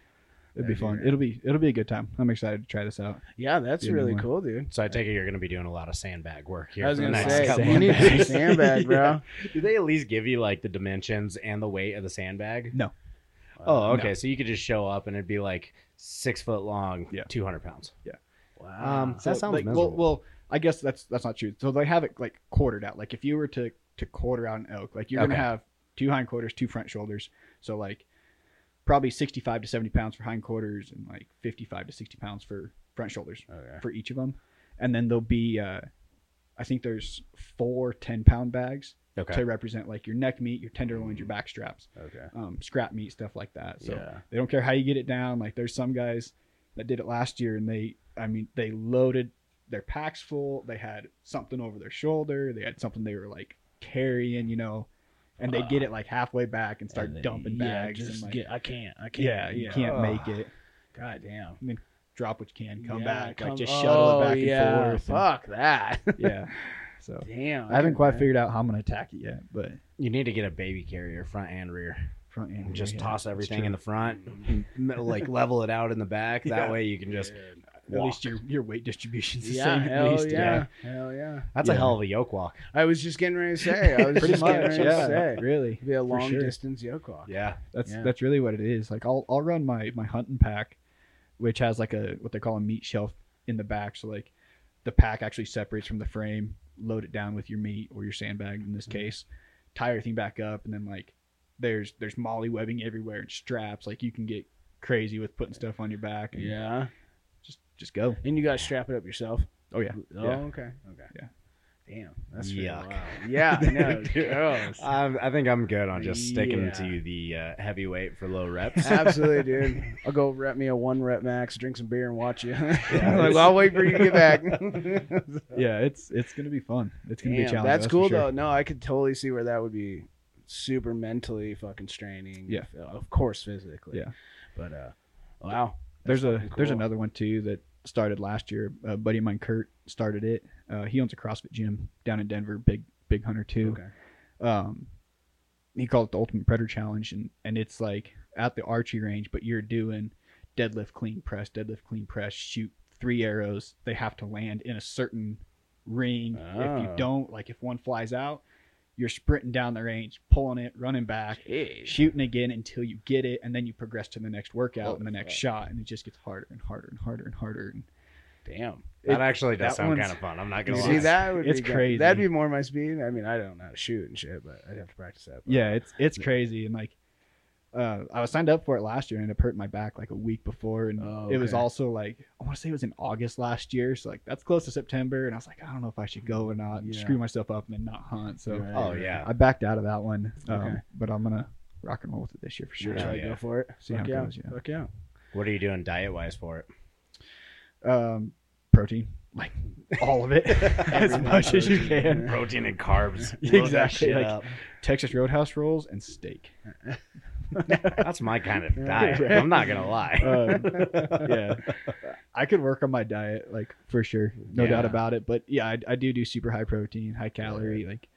S3: It'd be
S2: That'd be
S3: fun.
S2: rad.
S3: It'll be it'll be a good time. I'm excited to try this out.
S2: Yeah, that's
S3: Be a new
S2: really
S3: one.
S2: cool, dude.
S1: So I take it you're going to be doing a lot of sandbag work here.
S2: I was
S1: for the
S2: gonna
S1: next
S2: say,
S1: couple
S2: you
S1: of
S2: need
S1: days.
S2: to sandbag, bro.
S1: Do they at least give you like the dimensions and the weight of the sandbag?
S3: No.
S1: Oh,
S3: Uh,
S1: okay. So you could just show up and it'd be like six foot long,
S3: Yeah.
S1: two hundred pounds.
S2: Wow.
S1: Um, That sounds
S3: like, well,
S1: miserable.
S3: well, I guess that's that's not true. So they have it like quartered out. Like if you were to to quarter out an elk, like you're
S1: Okay.
S3: gonna have two hindquarters, two front shoulders. So like probably 65 to 70 pounds for hindquarters and like 55 to 60 pounds for front shoulders
S2: okay.
S3: for each of them. And then there'll be uh, I think there's four 10 pound bags
S1: Okay. Mm.
S3: to represent like your neck meat, your tenderloins, your back straps,
S2: Okay.
S3: um, scrap meat, stuff like that. So
S2: yeah.
S3: they don't care how you get it down. Like there's some guys that did it last year and they I mean they loaded their packs full. They had something over their shoulder. They had something they were like carrying, you know. And they get it like halfway back and start
S2: And then-
S3: dumping
S2: yeah,
S3: bags.
S2: Just
S3: and, like,
S2: get, I can't. I can't.
S3: yeah, you can't make it.
S2: God damn.
S3: Drop what you can, come
S2: Yeah,
S3: back,
S2: come-
S3: like just shuttle
S2: oh,
S3: it back and
S2: yeah,
S3: forth. and-
S2: Fuck that.
S3: yeah. So
S2: Damn.
S3: I haven't
S2: okay,
S3: quite
S2: man.
S3: figured out how I'm gonna attack it yet, but
S1: you need to get a baby carrier, front and rear.
S3: front end
S1: Just
S3: Oh, yeah,
S1: toss
S3: that's
S1: everything in the
S3: true.
S1: front, m- like level it out in the back. That
S3: Yeah.
S1: way you can just.
S2: Dude.
S3: At least your your weight distribution's the
S2: yeah,
S3: same.
S2: hell
S3: At least,
S2: yeah, hell yeah.
S1: That's a
S3: Yeah.
S1: hell of a yoke walk.
S2: I was just getting ready to say. I was
S3: Pretty
S2: just getting
S3: much,
S2: ready to
S3: yeah.
S2: say.
S3: Really,
S2: It'd be a
S3: for
S2: long
S3: sure.
S2: distance yoke walk.
S1: Yeah.
S3: That's
S2: Yeah.
S3: that's really what it is. Like I'll I'll run my my hunting pack, which has like a what they call a meat shelf in the back. So like the pack actually separates from the frame, load it down with your meat or your sandbag in
S2: Mm-hmm.
S3: this case, tie everything back up, and then like there's there's molly webbing everywhere and straps. Like you can get crazy with putting stuff on your back and
S2: Yeah,
S3: just just go.
S2: and you gotta strap it up yourself.
S3: Oh yeah.
S2: Oh,
S3: Yeah.
S2: okay, okay.
S3: Yeah.
S2: Damn, that's really
S1: Yuck.
S2: wild. Yeah, I know. gross.
S3: Uh,
S1: Um, I, I think I'm good on just sticking
S2: Yeah.
S1: to the uh, heavyweight for low reps.
S2: Absolutely, dude. I'll go rep me a one rep max, drink some beer, and watch you. like
S3: it's-
S2: I'll wait for you to get back.
S3: Yeah, it's it's gonna be fun. It's gonna be a
S2: Damn,
S3: challenge.
S2: that's
S3: for
S2: cool
S3: sure.
S2: though. No, I could totally see where that would be super mentally fucking straining.
S3: Yeah.
S2: of course physically.
S3: Yeah.
S2: but uh, wow.
S3: There's a
S2: fucking
S3: there's
S2: cool.
S3: another one too that started last year. A buddy of mine, Kurt, started it. Uh, he owns a CrossFit gym down in Denver. Big big hunter too.
S2: Okay.
S3: Um, he called it the Ultimate Predator Challenge, and and it's like at the archery range, but you're doing deadlift, clean press, deadlift, clean press, shoot three arrows. They have to land in a certain ring. If you
S2: Oh.
S3: don't, like if one flies out, you're sprinting down the range, pulling it, running back,
S2: Jeez.
S3: shooting again until you get it, and then you progress to the next workout
S2: Holy
S3: and the next
S2: fuck.
S3: shot, and it just gets harder and harder and harder and harder. And
S2: Damn.
S1: that actually does
S3: that
S1: sound
S3: one's-
S1: kind of fun. I'm not
S2: You
S1: gonna
S3: It's-
S2: see
S1: lie.
S2: that would
S3: it's
S2: be good.
S3: crazy.
S2: That'd be more my speed. I mean, I don't know how to shoot and shit, but I'd have to practice that. but-
S3: yeah, it's it's crazy. And like, uh, I was signed up for it last year, and it hurt my back like a week before, and
S2: Oh,
S3: it was
S2: okay.
S3: also like I want to say it was in August last year, so like that's close to September, and I was like, I don't know if I should go or not, and
S2: Yeah.
S3: screw myself up and then not hunt. So
S2: Right,
S1: Oh
S2: right.
S1: yeah.
S3: I backed out of that one, um,
S2: Okay.
S3: but I'm gonna rock and roll with it this year for sure.
S2: Try
S1: Oh,
S2: to
S1: yeah.
S2: go for it.
S3: See how
S2: Fuck
S3: it
S2: yeah.
S3: goes, yeah.
S2: Fuck yeah.
S1: What are you doing diet wise for it?
S3: Um, protein, like all of it, as
S2: Everything
S3: much as you
S2: protein.
S3: can.
S1: Protein and carbs.
S3: Exactly,
S1: Load that shit
S3: like-
S1: up.
S3: Texas Roadhouse rolls and steak.
S1: That's my kind of diet.
S3: Right.
S1: I'm not gonna lie.
S3: Um, yeah, I could work on my diet, like for sure, no
S1: Yeah.
S3: doubt about it. But yeah, I, I do do super high protein, high calorie. Like,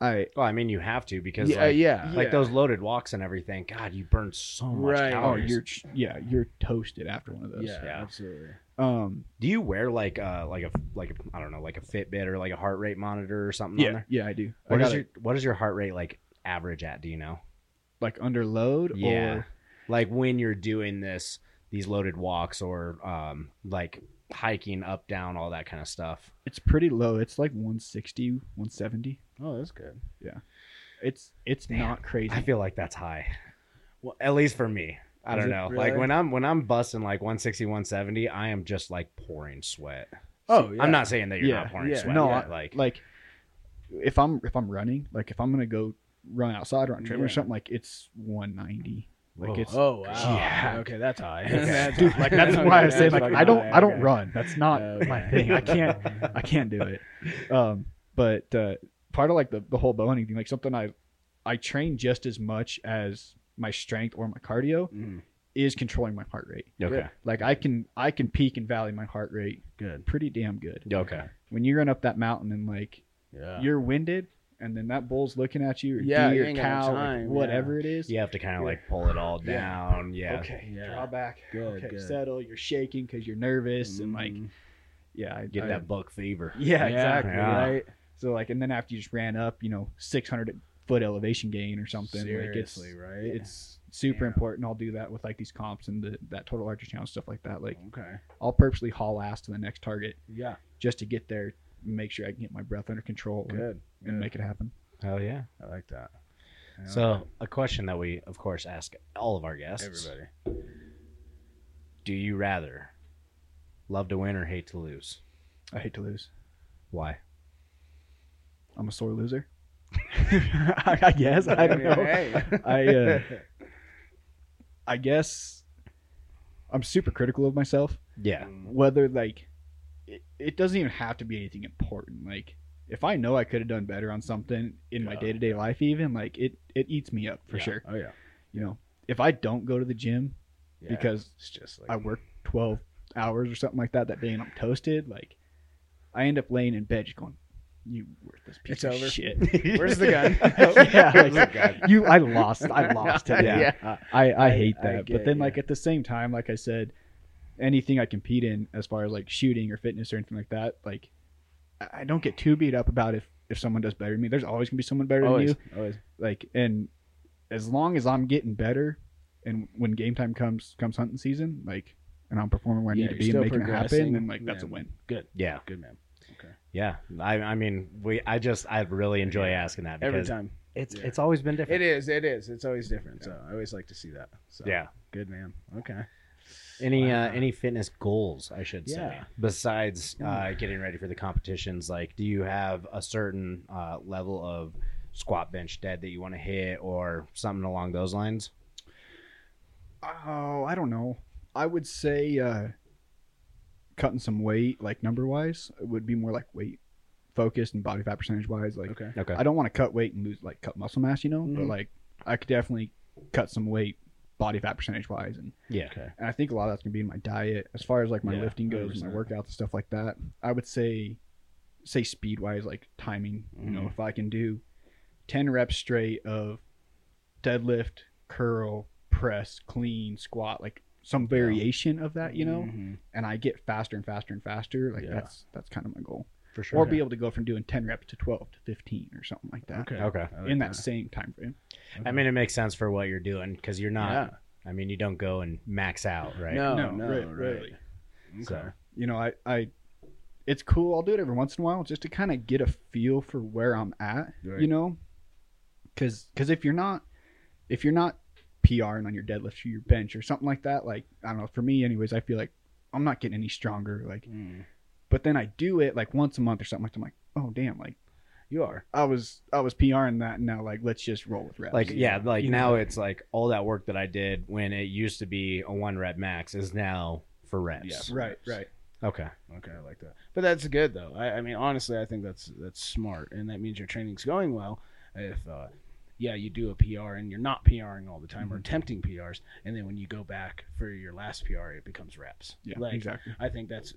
S3: I
S1: well, I mean, you have to because
S2: Yeah,
S1: like,
S2: yeah.
S1: like
S3: Yeah.
S1: those loaded walks and everything. God, you burn so much
S2: Right. Oh,
S3: oh,
S1: calories.
S3: you're yeah, you're toasted after one of those.
S2: Yeah,
S1: Yeah.
S2: absolutely.
S3: Um.
S1: Do you wear like uh like a like a, I don't know like a Fitbit or like a heart rate monitor or something on
S3: Yeah.
S1: there?
S3: Yeah, I do. I
S1: What
S3: got
S1: is
S3: it,
S1: your what is your heart rate like average at? Do you know?
S3: like under load.
S1: Yeah.
S3: Or,
S1: Like when you're doing this these loaded walks or um like hiking up down all that kind of stuff.
S3: it's pretty low. It's like 160, 170.
S2: Oh, that's good.
S3: It's it's not crazy.
S1: I feel like that's high. Well, at least for me. I
S2: Is
S1: don't
S2: it
S1: know.
S2: really?
S1: Like when I'm when I'm busting like 160, 170, I am just like pouring sweat.
S2: Oh, yeah.
S1: I'm not saying that you're
S3: Yeah,
S1: not pouring
S2: yeah.
S1: sweat.
S3: no,
S1: but,
S3: I-
S1: like,
S3: like if I'm if I'm running, like if I'm gonna go run outside or on treadmill or
S2: Yeah.
S3: something, like it's 190. Like
S1: Whoa.
S3: it's
S2: Oh wow.
S1: Yeah.
S2: Okay, that's high.
S1: That's
S3: dude, like that's
S2: Okay,
S3: why I say
S2: that's
S3: like
S2: fucking
S3: I don't
S2: high,
S3: I don't
S2: okay.
S3: run. That's not
S2: Okay.
S3: my thing. I can't I can't do it. Um, but uh, part of like the, the whole bow hunting thing, like something I I train just as much as my strength or my cardio
S2: Mm,
S3: is controlling my heart rate.
S1: okay,
S3: Like I can I can peak and valley my heart rate
S2: good.
S3: pretty damn good.
S1: okay,
S3: When you run up that mountain and like
S2: Yeah.
S3: you're winded and then that bull's looking at you or
S2: Yeah, you
S3: deer or
S2: ain't got no
S3: cow or
S2: time,
S3: whatever it is.
S1: you have to kind of
S3: Yeah.
S1: like pull it all
S3: Yeah.
S1: down. Yeah,
S3: Okay,
S2: Yeah.
S3: draw back.
S2: Good,
S3: okay,
S2: good.
S3: settle. You're shaking because you're nervous and like,
S2: Mhm.
S3: yeah, I
S1: get
S3: I-
S1: that buck fever.
S3: Yeah, exactly.
S1: Yeah.
S3: Right. So like, and then after you just ran up, you know, 600 foot elevation gain or something.
S2: Seriously,
S3: like
S2: right?
S3: it's, it's super
S2: Damn.
S3: important. I'll do that with like these comps and the, that total larger channel stuff like that. Like
S2: okay.
S3: I'll purposely haul ass to the next target
S2: Yeah.
S3: just to get there, make sure I can get my breath under control and,
S2: Good.
S3: and
S2: good.
S3: make it happen.
S1: Hell yeah.
S2: I like that. Yeah.
S1: So a question that we of course ask all of our guests:
S2: everybody.
S1: Do you rather love to win or hate to lose?
S3: I hate to lose.
S1: Why?
S3: I'm a sore loser. I guess. I don't know. I, uh, I guess I'm super critical of myself.
S1: Yeah.
S3: whether like it, it doesn't even have to be anything important like if i know i could have done better on something in my
S2: Yeah.
S3: day-to-day life even like it it eats me up for
S2: Yeah.
S3: sure
S2: Oh yeah.
S3: you know if i don't go to the gym
S2: Yeah,
S3: because
S2: it's just like
S3: i work 12 hours or something like that that day and i'm toasted like i end up laying in bed just going you worthless
S2: It's
S3: piece of
S2: over.
S3: shit
S2: Where's the gun?
S3: Yeah,
S2: Where's
S3: like-
S2: the gun?
S3: you i lost i lost Uh, today
S1: Yeah.
S3: I, I
S2: I-
S3: hate
S2: I
S3: that. but
S2: get
S3: then
S2: ya.
S3: like at the same time, like I said, anything I compete in as far as like shooting or fitness or anything like that, like I I don't get too beat up about if if someone does better than me. There's always gonna be someone better
S2: Always,
S3: than you.
S2: always.
S3: Like and as long as I'm getting better and when game time comes comes hunting season, like and I'm performing where I
S2: Yeah,
S3: need to
S2: you're
S3: be and
S2: still
S3: making it happen,
S2: progressing.
S3: then like that's a
S2: Yeah.
S3: win.
S2: Good.
S1: Yeah.
S2: Good man.
S1: Yeah. I, I mean, we. I just. I really enjoy asking that
S2: Every
S1: because
S2: time.
S1: it's
S2: Yeah.
S1: it's always been different.
S2: It is. It is. It's always different. So I always like to see that. So
S1: Yeah.
S2: Good man. Okay.
S1: Any
S2: Wow.
S1: uh, any fitness goals, I should say,
S2: Yeah.
S1: besides uh, getting ready for the competitions? Like, do you have a certain uh, level of squat, bench, dead that you want to hit, or something along those lines?
S3: Oh, I don't know. I would say uh cutting some weight, like number wise, would be more like weight focused and body fat percentage wise. Like
S2: Okay.
S1: Okay,
S3: I don't want to cut weight and lose like cut muscle mass, you know, but
S2: Mhm.
S3: like I could definitely cut some weight body fat percentage wise and,
S1: yeah,
S2: Okay.
S3: and I think a lot of that's gonna be in my diet. As far as like my
S2: Yeah,
S3: lifting goes and my
S2: 100%.
S3: workouts and stuff like that, I would say say speed wise, like timing. You
S2: Mm-hmm.
S3: know, if I can do ten reps straight of deadlift, curl, press, clean, squat, like some variation of that, Uh, you know,
S2: Mhm.
S3: and I get faster and faster and faster, like
S2: Yeah.
S3: that's that's kind of my goal.
S1: for
S3: Or be able to go from doing ten reps to twelve to fifteen or something like that
S2: Okay.
S1: Okay.
S2: I like
S3: in that same time frame.
S1: I mean, it makes sense for what you're doing because you're not.
S2: Yeah.
S1: I mean, you don't go and max out, right?
S2: No.
S3: No,
S2: No.
S3: right,
S2: Right.
S3: really.
S2: Okay.
S1: So-
S3: You know, I, I it's cool. I'll do it every once in a while just to kind of get a feel for where I'm at. You
S2: Right.
S3: know, because because if you're not if you're not PRing on your deadlift or your bench or something like that, like I don't know. For me, anyways, I feel like I'm not getting any stronger. Like,
S2: Mm.
S3: but then I do it like once a month or something like. That. I'm like, oh damn, like
S2: You are.
S3: I was I was PRing that, and now like let's just roll with reps.
S1: Like yeah, like
S3: You know?
S1: now it's like all that work that I did when it used to be a one rep max is now for reps.
S2: Yeah.
S3: Right, right.
S1: Okay.
S2: Okay, I like that. But that's good though. I, I mean, honestly, I think that's that's smart, and that means your training's going well. If uh, yeah, you do a PR and you're not PRing all the time
S3: Mm-hmm.
S2: or attempting PRs, and then when you go back for your last PR, it becomes reps.
S3: Yeah,
S2: like,
S3: exactly.
S2: I think that's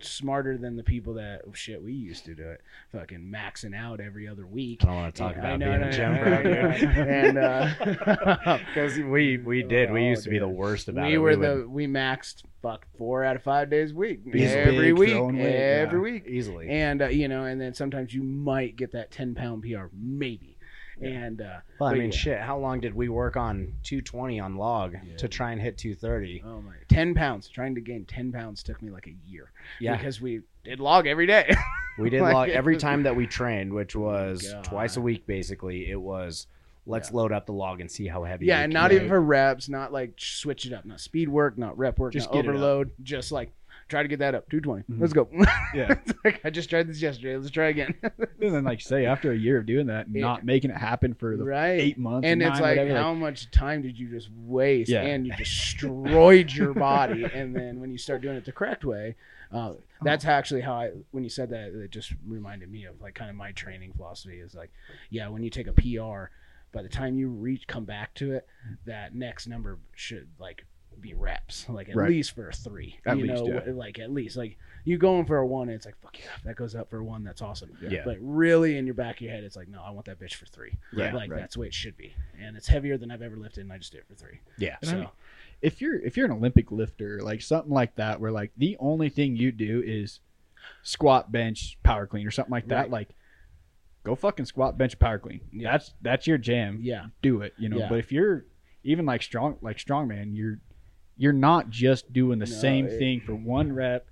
S2: smarter than the people that oh, shit we used to do it, fucking maxing out every other week.
S1: I don't want to talk
S2: Yeah, I
S1: about
S2: know,
S1: being
S2: no,
S1: a
S2: no,
S1: gym
S2: no,
S1: bro.
S2: no, no. And, uh,
S1: because we we did we
S2: Oh,
S1: used to be
S2: dude.
S1: the worst about
S2: we
S1: it.
S2: were
S1: would
S2: the we maxed fuck four out of five days a week
S3: These
S2: every
S3: big
S2: week
S3: throwing weight,
S2: every
S3: yeah.
S2: week
S1: easily
S2: and uh, you know and then sometimes you might get that 10 pound pr maybe and uh
S1: Well, I
S2: but
S1: mean,
S2: yeah.
S1: shit. How long did we work on 220 on log
S2: Yeah.
S1: to try and hit 230?
S2: oh my 10 pounds trying to gain 10 pounds took me like a year
S1: Yeah,
S2: because we did log every day
S1: We did
S3: Like-
S1: log every time that we trained, which was
S2: Oh God.
S1: twice a week basically. It was let's
S2: Yeah.
S1: load up the log and see how heavy.
S2: Yeah,
S1: we
S2: and
S1: can
S2: not
S1: make
S2: even for reps, not like switch it up, not speed work, not rep work,
S3: Just
S2: just
S3: get it up.
S2: overload, just like try to get that up 220.
S3: Mhm.
S2: Let's go.
S3: Yeah.
S2: It's like, I just tried this yesterday. Let's try again.
S3: And then, like you say, after a year of doing that,
S2: Yeah.
S3: not making it happen for the
S2: right.
S3: eight months,
S2: and
S3: nine,
S2: it's like,
S3: whatever,
S2: how much time did you just waste?
S3: Yeah.
S2: And you destroyed your body. And then when you start doing it the correct way,
S3: Oh.
S2: uh, that's actually how I, when you said that, it just reminded me of like kind of my training philosophy is like, yeah, when you take a PR, by the time you reach, come back to it, that next number should like be reps, like at
S3: Right.
S2: least for a three.
S3: At
S2: you
S3: least,
S2: know,
S3: yeah.
S2: like at least, like you going for a one, it's like, fuck yeah, if that goes up for a one, that's awesome.
S3: Yeah.
S1: Yeah.
S2: But really, in your back of your head, it's like, no, I want that bitch for three.
S1: Yeah,
S2: like
S3: right.
S2: that's the way it should be. And it's heavier than I've ever lifted, and I just did it for three.
S1: Yeah.
S3: And I
S2: so
S3: mean- if you're if you're an Olympic lifter, like something like that, where like the only thing you do is squat, bench, power clean, or something like that,
S2: Right.
S3: like go fucking squat, bench, power clean.
S2: Yeah.
S3: That's that's your jam.
S2: yeah,
S3: Do it, you know.
S2: Yeah.
S3: But if you're even like strong like strongman, you're you're not just doing the
S2: No,
S3: same
S2: it-
S3: thing for one rep.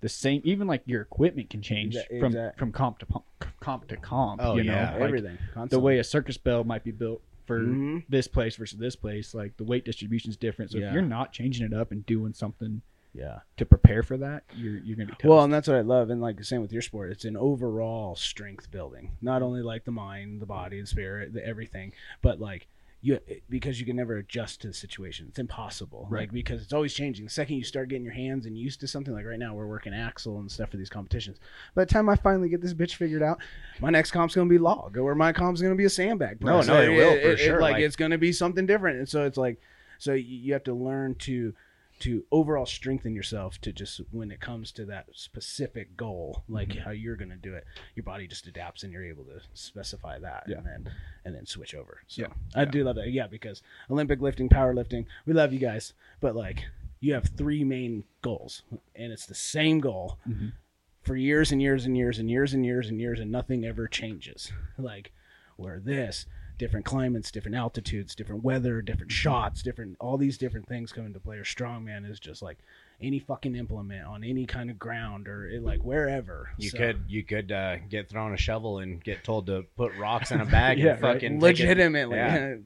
S3: The same, even like your equipment can change
S2: Exa-
S3: from
S2: exact-
S3: from comp to comp, comp to comp.
S1: Oh,
S3: you know,
S1: yeah.
S3: Like,
S2: everything.
S3: the
S2: constantly.
S3: way a circus bell might be built for
S2: Mhm.
S3: this place versus this place, like the weight distribution's different. So if
S2: Yeah.
S3: you're not changing it up and doing something
S2: Yeah.
S3: to prepare for that, you're you're gonna be toast.
S2: Well, and that's what I love. And like the same with your sport, it's an overall strength building, not only like the mind, the body, the spirit, the everything, but like you because you can never adjust to the situation. It's impossible,
S3: Right.
S2: like because it's always changing. The second you start getting your hands and used to something, like right now we're working axle and stuff for these competitions. By the time I finally get this bitch figured out, my next comp's gonna be log, or my comp's gonna be a sandbag.
S1: No,
S2: press.
S1: no, it will, for sure,
S2: like,
S1: like-
S2: it's gonna be something different, and so it's like, so you- you have to learn to to overall strengthen yourself to just when it comes to that specific goal like
S3: Mm-hmm.
S2: how you're going to do it your body just adapts and you're able to specify that
S3: Yeah.
S2: and then and then switch over so
S3: Yeah.
S2: i
S3: Yeah.
S2: do love that yeah because olympic lifting powerlifting we love you guys but like you have three main goals and it's the same goal
S3: Mhm.
S2: for years and years and years and years and years and years and nothing ever changes like where this different climates different altitudes different weather different
S3: Mm-hmm.
S2: shots different all these different things come into play or strongman is just like any fucking implement on any kind of ground or it, like wherever
S1: You
S2: So,
S1: could you could uh, get thrown a shovel and get told to put rocks in a bag
S3: Yeah, right.
S1: and fucking take it-
S2: legitimately
S1: yeah.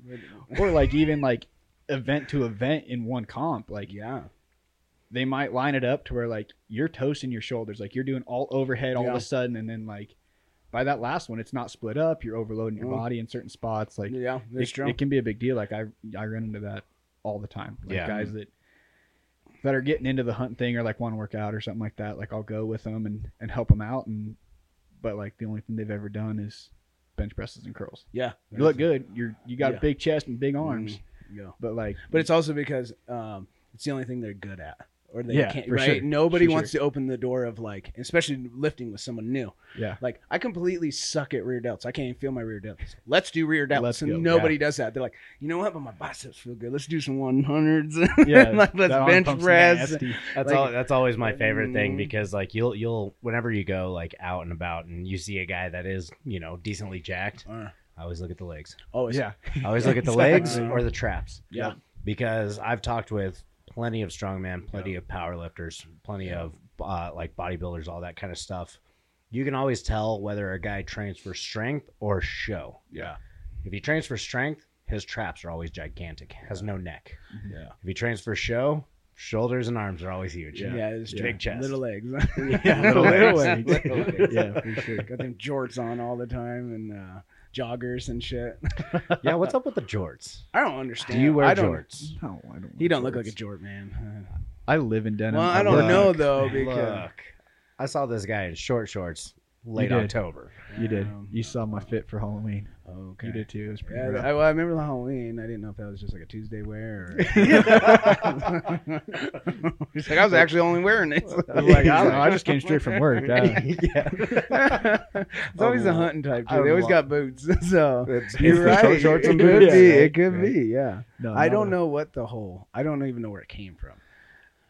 S3: or like even like event to event in one comp, like
S2: yeah
S3: they might line it up to where like you're toasting your shoulders, like you're doing all overhead all of
S2: Yeah.
S3: a sudden, and then like by that last one, it's not split up. You're overloading your
S2: Mhm.
S3: body in certain spots, like
S2: yeah that's
S3: it,
S2: true
S3: it can be a big deal. Like I I run into that all the time. Like
S1: Yeah.
S3: guys that that are getting into the hunt thing or like want to work out or something like that. Like I'll go with them and and help them out and but like the only thing they've ever done is bench presses and curls.
S2: yeah
S3: You look good. You're you got a
S2: Yeah.
S3: big chest and big arms,
S2: yeah
S3: but like
S2: but it's also because um, it's the only thing they're good at or they
S3: Yeah,
S2: can't
S3: for
S2: right
S3: sure.
S2: nobody
S3: For
S2: wants to open the door of like especially lifting with someone new
S3: yeah.
S2: like i completely suck at rear delts i can't even feel my rear delts let's do rear delts
S3: Let's
S2: and
S3: go,
S2: nobody does that they're like you know what but my biceps feel good let's do some 100s
S3: Yeah,
S2: Like, let's
S3: that arm
S2: bench
S3: pump's
S2: press.
S3: nasty.
S1: That's
S2: Like-
S1: all. That's always my favorite thing
S2: Mm.
S1: because like you'll you'll whenever you go like out and about and you see a guy that is you know decently jacked,
S2: uh,
S1: I always look at the legs.
S2: always
S3: Yeah,
S1: I always look at the
S3: Exactly.
S1: legs or the traps.
S2: Yeah.
S1: Because I've talked with plenty of strongmen, plenty of powerlifters, plenty of uh, like bodybuilders, all that kind of stuff. You can always tell whether a guy trains for strength or show.
S2: yeah
S1: If he trains for strength, his traps are always gigantic, has no neck.
S2: yeah
S1: If he trains for show, shoulders and arms are always huge.
S2: yeah, it's
S1: Big
S2: true.
S1: chest.
S2: little legs
S1: Yeah, little
S3: legs.
S2: Little legs.
S3: yeah, for sure.
S2: got them jorts on all the time and uh, joggers and shit
S1: Yeah, what's up with the jorts?
S2: i don't understand
S1: Do you wear
S2: I don't,
S1: jorts?
S3: No, I don't.
S2: he don't look
S3: shorts.
S2: like a jort man Uh,
S3: I live in Denver.
S2: well i
S1: look.
S2: don't know
S1: Oh,
S2: though because
S1: Look, I saw this guy in short shorts late
S3: did.
S1: October.
S3: You did.
S2: Um,
S3: You saw my fit for Halloween.
S2: okay
S3: You did too. It was pretty
S2: Yeah,
S3: rough.
S2: I, well, I remember the Halloween. I didn't know if that was just like a Tuesday wear. Or... It's like I was actually only wearing it.
S3: I'm like, I don't know. I just came straight from work. Oh, Uh,
S1: yeah.
S2: it's always the hunting type too.
S1: I'm
S2: They always
S1: lo-
S2: got boots, so
S1: It's,
S2: you're right.
S1: Short shorts and
S2: it could
S1: boots.
S2: be.
S3: Yeah,
S2: it could
S3: right,
S2: be. Yeah.
S3: no,
S2: I don't
S3: not-
S2: know what the whole. I don't even know where it came from.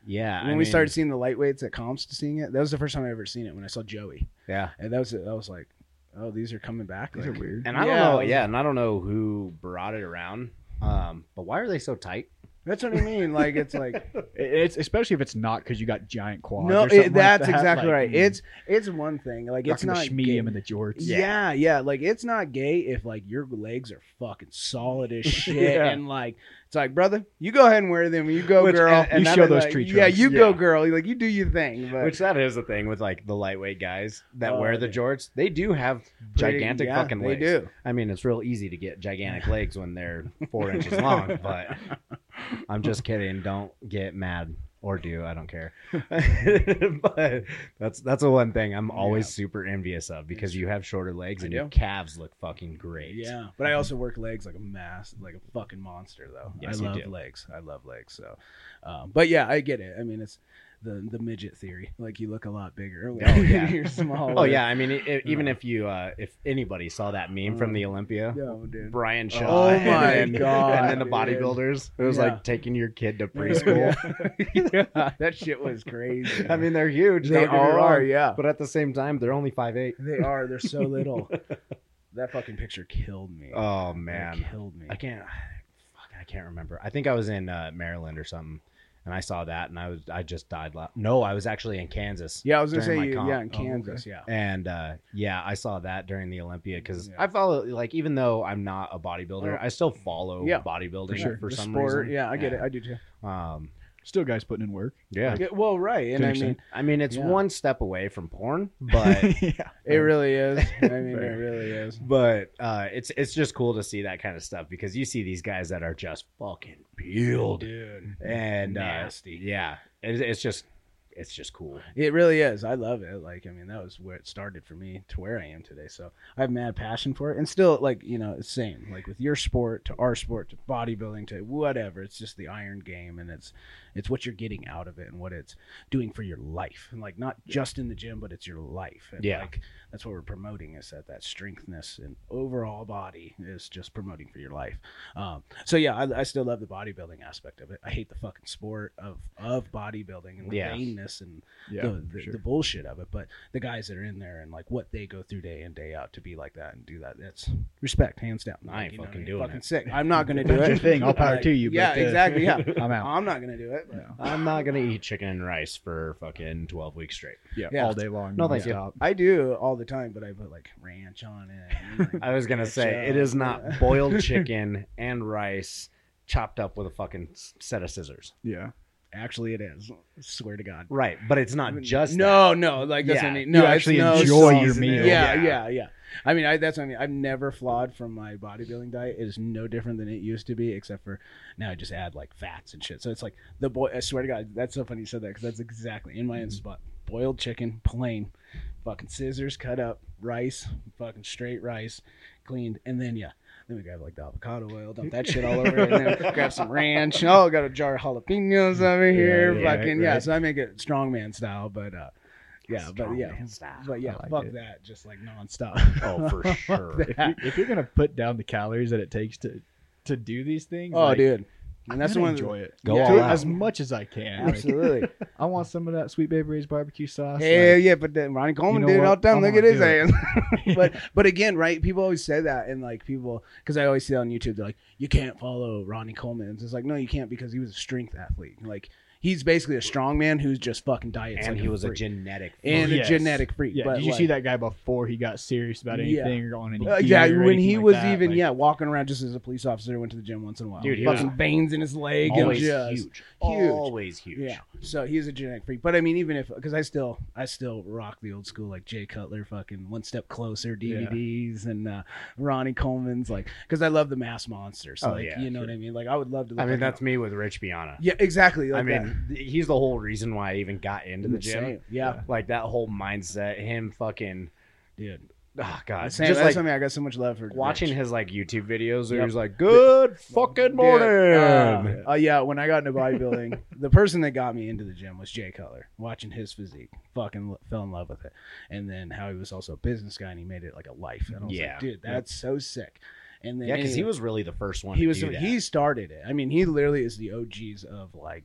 S1: Yeah.
S2: When we started seeing the lightweights at comps, seeing it, that was the first time I ever seen it. When I saw Joey,
S1: Yeah.
S2: and that was it. I was like, oh, these are coming back.
S3: These are
S2: like-
S3: weird.
S1: And I
S2: Yeah,
S1: don't know.
S2: it was-
S1: Yeah, and I don't know who brought it around. Um, but why are they so tight?
S2: That's what I mean. Like it's like
S3: It's especially if it's not because you got giant quads.
S2: no,
S3: or something
S2: it,
S3: like
S2: that's
S3: that,
S2: exactly
S3: like,
S2: right.
S3: mm,
S2: It's it's one thing. Like it's
S3: rocking
S2: not
S3: the medium
S2: gay.
S3: and the jorts.
S2: Yeah. yeah, Like it's not gay if like your legs are fucking solid as shit,
S3: Yeah.
S2: and like it's like brother, you go ahead and wear them. You go,
S1: Which-
S2: girl.
S1: and-
S3: and You
S2: I'd
S3: show
S2: be
S3: those
S2: like,
S3: tree
S2: Yeah,
S3: trunks.
S2: you go,
S1: Yeah.
S2: girl. Like you do your thing. But
S1: Which that is the thing with like the lightweight guys that
S2: Oh,
S1: wear the
S2: yeah.
S1: jorts. They do have
S2: pretty-
S1: gigantic
S2: yeah,
S1: fucking
S2: they
S1: legs.
S2: do.
S1: I mean, it's real easy to get gigantic legs when they're four inches long, but I'm just kidding. Don't get mad or do. I don't care. but that's that's the one thing I'm always super envious of because you have shorter legs
S2: I
S1: and your
S2: do.
S1: calves look fucking great.
S2: Yeah, but I also work legs like a mass, like a fucking monster though.
S1: Yes,
S2: I
S1: you
S2: love
S1: do.
S2: legs. I love legs. So, um, but yeah, I get it. I mean, it's the the midget theory. Like you look a lot bigger.
S1: Oh, yeah.
S2: you're smaller.
S1: Oh yeah, I mean, i i- even if you uh, if anybody saw that meme from the Olympia,
S2: No, dude.
S1: Brian Shaw,
S2: Mm. Oh
S1: and
S2: my
S1: then-
S2: God,
S1: and then the
S2: dude.
S1: bodybuilders, it was
S2: Yeah.
S1: like taking your kid to preschool.
S2: yeah, that shit was crazy.
S1: I mean, they're huge.
S2: they
S1: don't get me
S2: all
S1: wrong,
S2: are. Yeah.
S1: But at the same time, they're only five eight.
S2: They are. They're so little. that fucking picture killed me.
S1: Oh
S2: That
S1: man,
S2: killed me.
S1: I can't. Fuck, I can't remember. I think I was in uh, Maryland or something, and I saw that, and I was I just died. La- no, I was actually in Kansas.
S2: yeah, I was gonna
S1: During
S2: say
S1: my
S2: you,
S1: comp.
S2: yeah in
S3: Oh, okay.
S2: Kansas. Yeah.
S1: And uh, yeah, I saw that during the Olympia because
S2: Yeah.
S1: I follow like even though I'm not a bodybuilder,
S2: Oh.
S1: I still follow
S2: Yeah,
S1: bodybuilding for,
S3: sure.
S2: The
S1: some
S2: sport.
S1: reason.
S2: Yeah, I get it. I do too.
S1: Um,
S3: Still, guys putting in work.
S1: yeah.
S2: Yeah, well, right, and I
S3: Interesting.
S2: mean,
S1: I mean, it's
S2: Yeah.
S1: one step away from porn, but
S3: yeah.
S2: It really is. I mean, it
S3: Fair.
S2: really is.
S1: but uh, it's it's just cool to see that kind of stuff because you see these guys that are just fucking peeled
S2: Dude.
S1: and uh,
S2: Nasty.
S1: yeah, it's, it's just it's just cool.
S2: It really is. I love it. Like, I mean, that was where it started for me to where I am today. So I have mad passion for it. And still, like, you know, it's same. Like with your sport to our sport to bodybuilding to whatever. It's just the iron game and it's it's what you're getting out of it and what it's doing for your life. And like not just in the gym, but it's your life. And
S1: Yeah.
S2: like that's what we're promoting is that that strengthness and overall body is just promoting for your life. Um, so yeah, I, I still love the bodybuilding aspect of it. I hate the fucking sport of of bodybuilding and the
S1: Yeah.
S2: vainness and
S3: Yeah.
S2: the,
S3: for
S2: the,
S3: sure.
S2: the bullshit of it, but the guys that are in there and like what they go through day in day out to be like that and do that, that's respect, hands down.
S1: I
S2: Like,
S1: ain't
S2: you know what
S1: fucking
S2: mean?
S1: doing
S2: fucking
S1: it.
S2: sick. I'm not gonna do
S3: That's your
S2: it.
S3: thing. I'll power
S2: Like,
S3: to you.
S2: Yeah,
S3: but, uh,
S2: exactly. Yeah,
S3: I'm out.
S2: I'm not gonna do it. but-
S1: I'm not gonna eat chicken and rice for fucking twelve weeks straight.
S3: Yeah.
S2: Yeah.
S3: All day long.
S1: No, thank you.
S3: nonstop.
S2: I do all the time, but I put like ranch on it.
S1: I was gonna say it is not boiled chicken and rice chopped up with a fucking s- set of scissors.
S3: Yeah.
S2: Actually, it is. Swear to God.
S1: Right, but it's not just that.
S2: no, no, like
S1: Yeah,
S2: that's what I mean.
S1: you
S2: No, it's
S3: actually
S2: no
S3: enjoy your
S2: seasoning.
S3: meal.
S2: Yeah,
S1: Yeah.
S2: yeah, yeah, I mean, I, that's what I mean. I've never flawed from my bodybuilding diet. It is no different than it used to be, except for now I just add like fats and shit. So it's like the boy. I swear to God, that's so funny you said that because that's exactly in my
S3: Mm-hmm.
S2: own spot. Boiled chicken, plain, fucking scissors, cut up rice, fucking straight rice, cleaned, and then yeah. Then we grab like the avocado oil, dump that shit all over, it, and then grab some ranch. Oh, got a jar of jalapenos over here,
S3: yeah, right,
S2: fucking yeah.
S3: right.
S2: So I make it strongman style, but uh, yeah, but yeah,
S1: Strongman style.
S2: but yeah,
S3: I like
S2: fuck
S3: it.
S2: that, just like nonstop.
S1: Oh, for sure.
S3: If, you, if you're gonna put down the calories that it takes to to do these things,
S2: oh,
S3: like,
S2: dude,
S3: I'm
S2: and that's the
S3: gonna
S2: one.
S3: enjoy it.
S1: Go
S2: Yeah.
S1: all
S3: Do it
S1: out.
S3: as much as I can. Like,
S2: Absolutely.
S3: I want some of that sweet baby Ray's barbecue sauce.
S2: Hell
S3: like,
S2: yeah, but then Ronnie Coleman
S3: know
S2: did it
S3: what?
S2: all the time.
S3: I'm
S2: Look at
S3: gonna
S2: his
S3: do it.
S2: ass. but but again, right? People always say that, and like people, because I always see that on YouTube. They're like, you can't follow Ronnie Coleman. It's like, no, you can't because he was a strength athlete. Like he's basically a strong man who's just fucking diets.
S1: and
S2: like
S1: he was a
S2: freak.
S1: genetic.
S2: and
S3: Yes.
S2: a genetic freak.
S3: yeah.
S2: but
S3: Did you
S2: like-
S3: see that guy before he got serious about
S2: Yeah.
S3: anything or on any?
S2: Uh,
S3: gear
S2: yeah,
S3: or
S2: when
S3: anything
S2: he
S3: like
S2: was
S3: that,
S2: even
S3: like,
S2: yeah walking around just as a police officer, went to the gym once in a while.
S1: Dude, he
S2: fucking
S1: was
S2: veins in his leg and
S1: always
S2: just
S1: huge,
S2: huge.
S1: always huge.
S2: Yeah. So he's a genetic freak. But I mean, even if because I still I still rock the old school like Jay Cutler, fucking One Step Closer DVDs and uh, Ronnie Coleman's like because I love the Mass Monster. So
S1: Oh,
S2: like
S1: yeah,
S2: you know what I mean. Like I would love to. Look
S1: I mean,
S2: like
S1: that's me with Rich Piana.
S2: yeah, exactly. Like
S1: I mean, th- he's the whole reason why I even got into
S2: that.
S1: the gym.
S2: Same. Yeah,
S1: Like that whole mindset, him fucking,
S2: dude.
S1: oh god,
S2: Same.
S1: just
S2: that's
S1: like
S2: something I got so much love for
S1: watching
S2: Rich.
S1: his like YouTube videos. Where
S2: Yep.
S1: he's like, "Good fucking
S2: Dude,
S1: morning."
S2: uh, uh, yeah, when I got into bodybuilding, the person that got me into the gym was Jay Cutler. Watching his physique, fucking lo- fell in love with it, and then how he was also a business guy and he made it like a life. And I was
S1: Yeah.
S2: like, dude, that's so sick. And then
S1: yeah, because he
S2: anyway,
S1: was really the first one.
S2: he
S1: to
S2: was
S1: do that.
S2: he started it. I mean, he literally is the OGs of like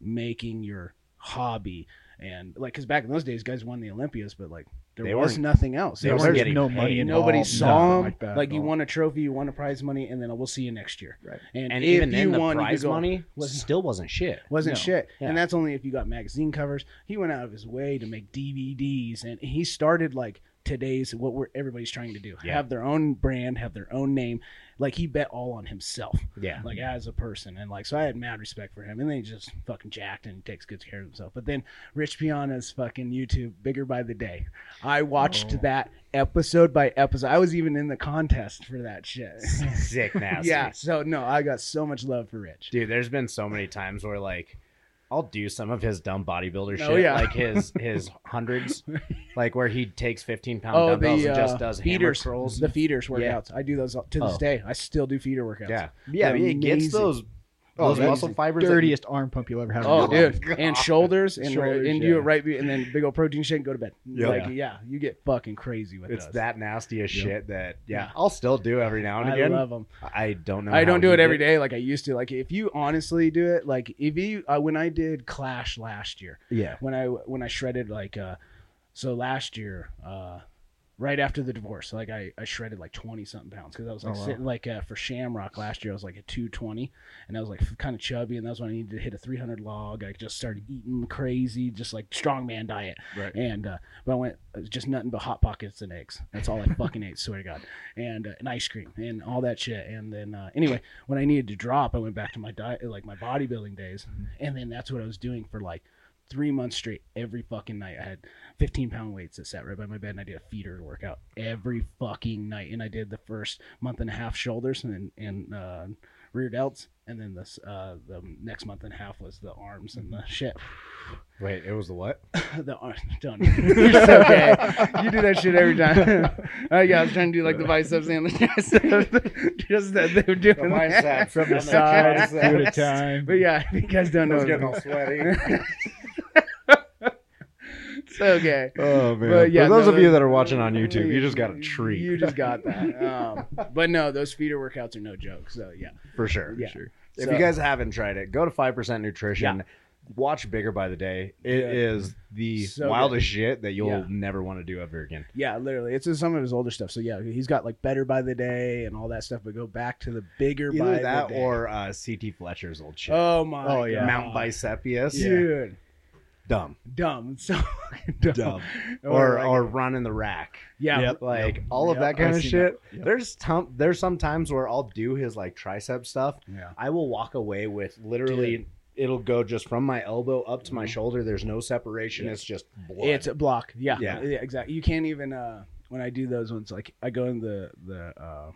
S2: making your hobby And like, because back in those days, guys won the Olympias, but like there
S1: They
S2: was
S1: weren't-
S2: nothing else.
S1: they
S2: There
S1: weren't
S2: was-
S1: getting
S3: no
S1: paid.
S3: money involved.
S2: Nobody saw
S3: nothing
S2: them.
S3: that
S2: Like,
S3: at
S2: you
S3: all.
S2: won a trophy, you won a prize money, and then we'll see you next year.
S3: Right.
S2: And,
S1: And
S2: if
S1: even
S2: you
S1: then, the
S2: won, you
S1: prize
S2: could go-
S1: money
S2: wasn't-
S1: still wasn't shit.
S2: wasn't
S3: No.
S2: shit.
S1: Yeah.
S2: And that's only if you got magazine covers. He went out of his way to make DVDs, and he started like today's what we're everybody's trying to do:
S1: Yeah.
S2: have their own brand, have their own name. Like he bet all on himself,
S1: Yeah.
S2: like as a person, and like so I had mad respect for him. And then he just fucking jacked and takes good care of himself. But then Rich Piana's fucking YouTube, bigger by the day. I watched
S3: Oh.
S2: that episode by episode. I was even in the contest for that shit.
S1: Sick nasty.
S2: yeah. So no, I got so much love for Rich.
S1: Dude, there's been so many times where like I'll do some of his dumb bodybuilder
S2: Oh,
S1: shit,
S2: yeah.
S1: like his his hundreds, like where he takes 15 pound
S2: Oh,
S1: dumbbells
S2: the
S1: and
S2: uh,
S1: just does hammer
S2: feeders,
S1: curls.
S2: the feeders
S1: Yeah.
S2: workouts. I do those to this
S1: Oh.
S2: day. I still do feeder workouts.
S1: yeah, yeah,
S2: They're
S1: he gets
S2: amazing.
S1: those
S3: Oh,
S1: those
S3: that is
S1: muscle
S3: the
S1: fibers. that-
S3: dirtiest arm pump you'll ever have.
S2: Oh,
S3: in your life.
S2: dude, and shoulders and uh,
S3: Shoulders,
S2: and do
S3: yeah.
S2: it right be- and then big old protein shake and go to bed.
S1: Yeah.
S2: Like yeah, you get fucking crazy with
S1: it's
S2: those.
S1: that nasty as
S3: Yeah.
S1: shit that yeah,
S2: Yeah.
S1: I'll still do every now and
S2: I
S1: again.
S2: love them.
S1: I don't know.
S2: I
S1: how
S2: don't do
S1: he
S2: it every
S1: did-
S2: day like I used to. Like if you honestly do it, like if you uh, when I did Clash last year,
S1: Yeah,
S2: when I when I shredded like uh so last year uh right after the divorce like I, I shredded like 20 something pounds because I was like
S3: Oh, wow.
S2: sitting like uh, for Shamrock last year I was like at 220 and I was like kind of chubby and that's when I needed to hit a 300 log I just started eating crazy just like strongman diet
S3: Right.
S2: and uh but I went it was just nothing but hot pockets and eggs that's all I fucking ate swear to god and uh, and ice cream and all that shit and then uh, anyway when I needed to drop I went back to my diet like my bodybuilding days
S3: Mm-hmm.
S2: and then that's what I was doing for like three months straight every fucking night i had 15 pound weights that sat right by my bed and i did a feeder workout every fucking night and i did the first month and a half shoulders and then and uh, rear delts and then this uh the next month and a half was the arms and
S1: Mm-hmm.
S2: the shit
S1: wait, it was the what?
S2: the arms done it's okay you do that shit every time oh yeah i was trying to do like the biceps and the chest just that they were doing
S1: The
S2: that.
S1: biceps
S2: from the
S1: and
S2: side
S1: triceps.
S3: Two at a time.
S2: but yeah if you guys don't
S1: I was
S2: know
S1: getting all sweaty.
S2: it's okay
S1: Oh man!
S2: But yeah,
S1: For those
S2: no,
S1: of you
S2: the-
S1: that are watching on YouTube, you just got a
S2: You
S1: treat
S2: just got that. Um, but no, those feeder workouts are no joke. So yeah,
S1: for sure.
S2: yeah.
S3: Sure.
S1: If
S2: So-
S1: you guys haven't tried it, go to Five Percent Nutrition. Watch Bigger by the Day. It
S2: Yeah.
S1: is the
S2: So
S1: wildest shit that you'll
S2: Yeah.
S1: never want to do ever again.
S2: yeah, literally, it's just some of his older stuff. So yeah, he's got like better by the day and all that stuff. But go back to the bigger by
S1: Either that
S2: the day.
S1: or uh, CT Fletcher's old shit,
S2: oh my,
S3: Oh, yeah.
S2: God.
S1: Mount Bicepius.
S2: dude,
S1: Dumb,
S2: dumb, so fucking dumb,
S1: dumb, or
S2: Oh, like-
S1: or run in the rack,
S2: yeah,
S3: Yep.
S1: like all of
S2: Yep,
S1: that kind
S3: I've
S1: of
S3: seen
S1: shit.
S3: that. Yep.
S1: There's tum- there's some times where I'll do his like tricep stuff.
S2: yeah,
S1: I will walk away with literally. It'll go just from my elbow up to my
S2: Mhm.
S1: shoulder. There's no separation.
S2: Yeah.
S1: It's just blood.
S2: it's a block. Yeah,
S1: Yeah.
S2: exactly. You can't even uh, when I do those ones, like I go in the the. Uh,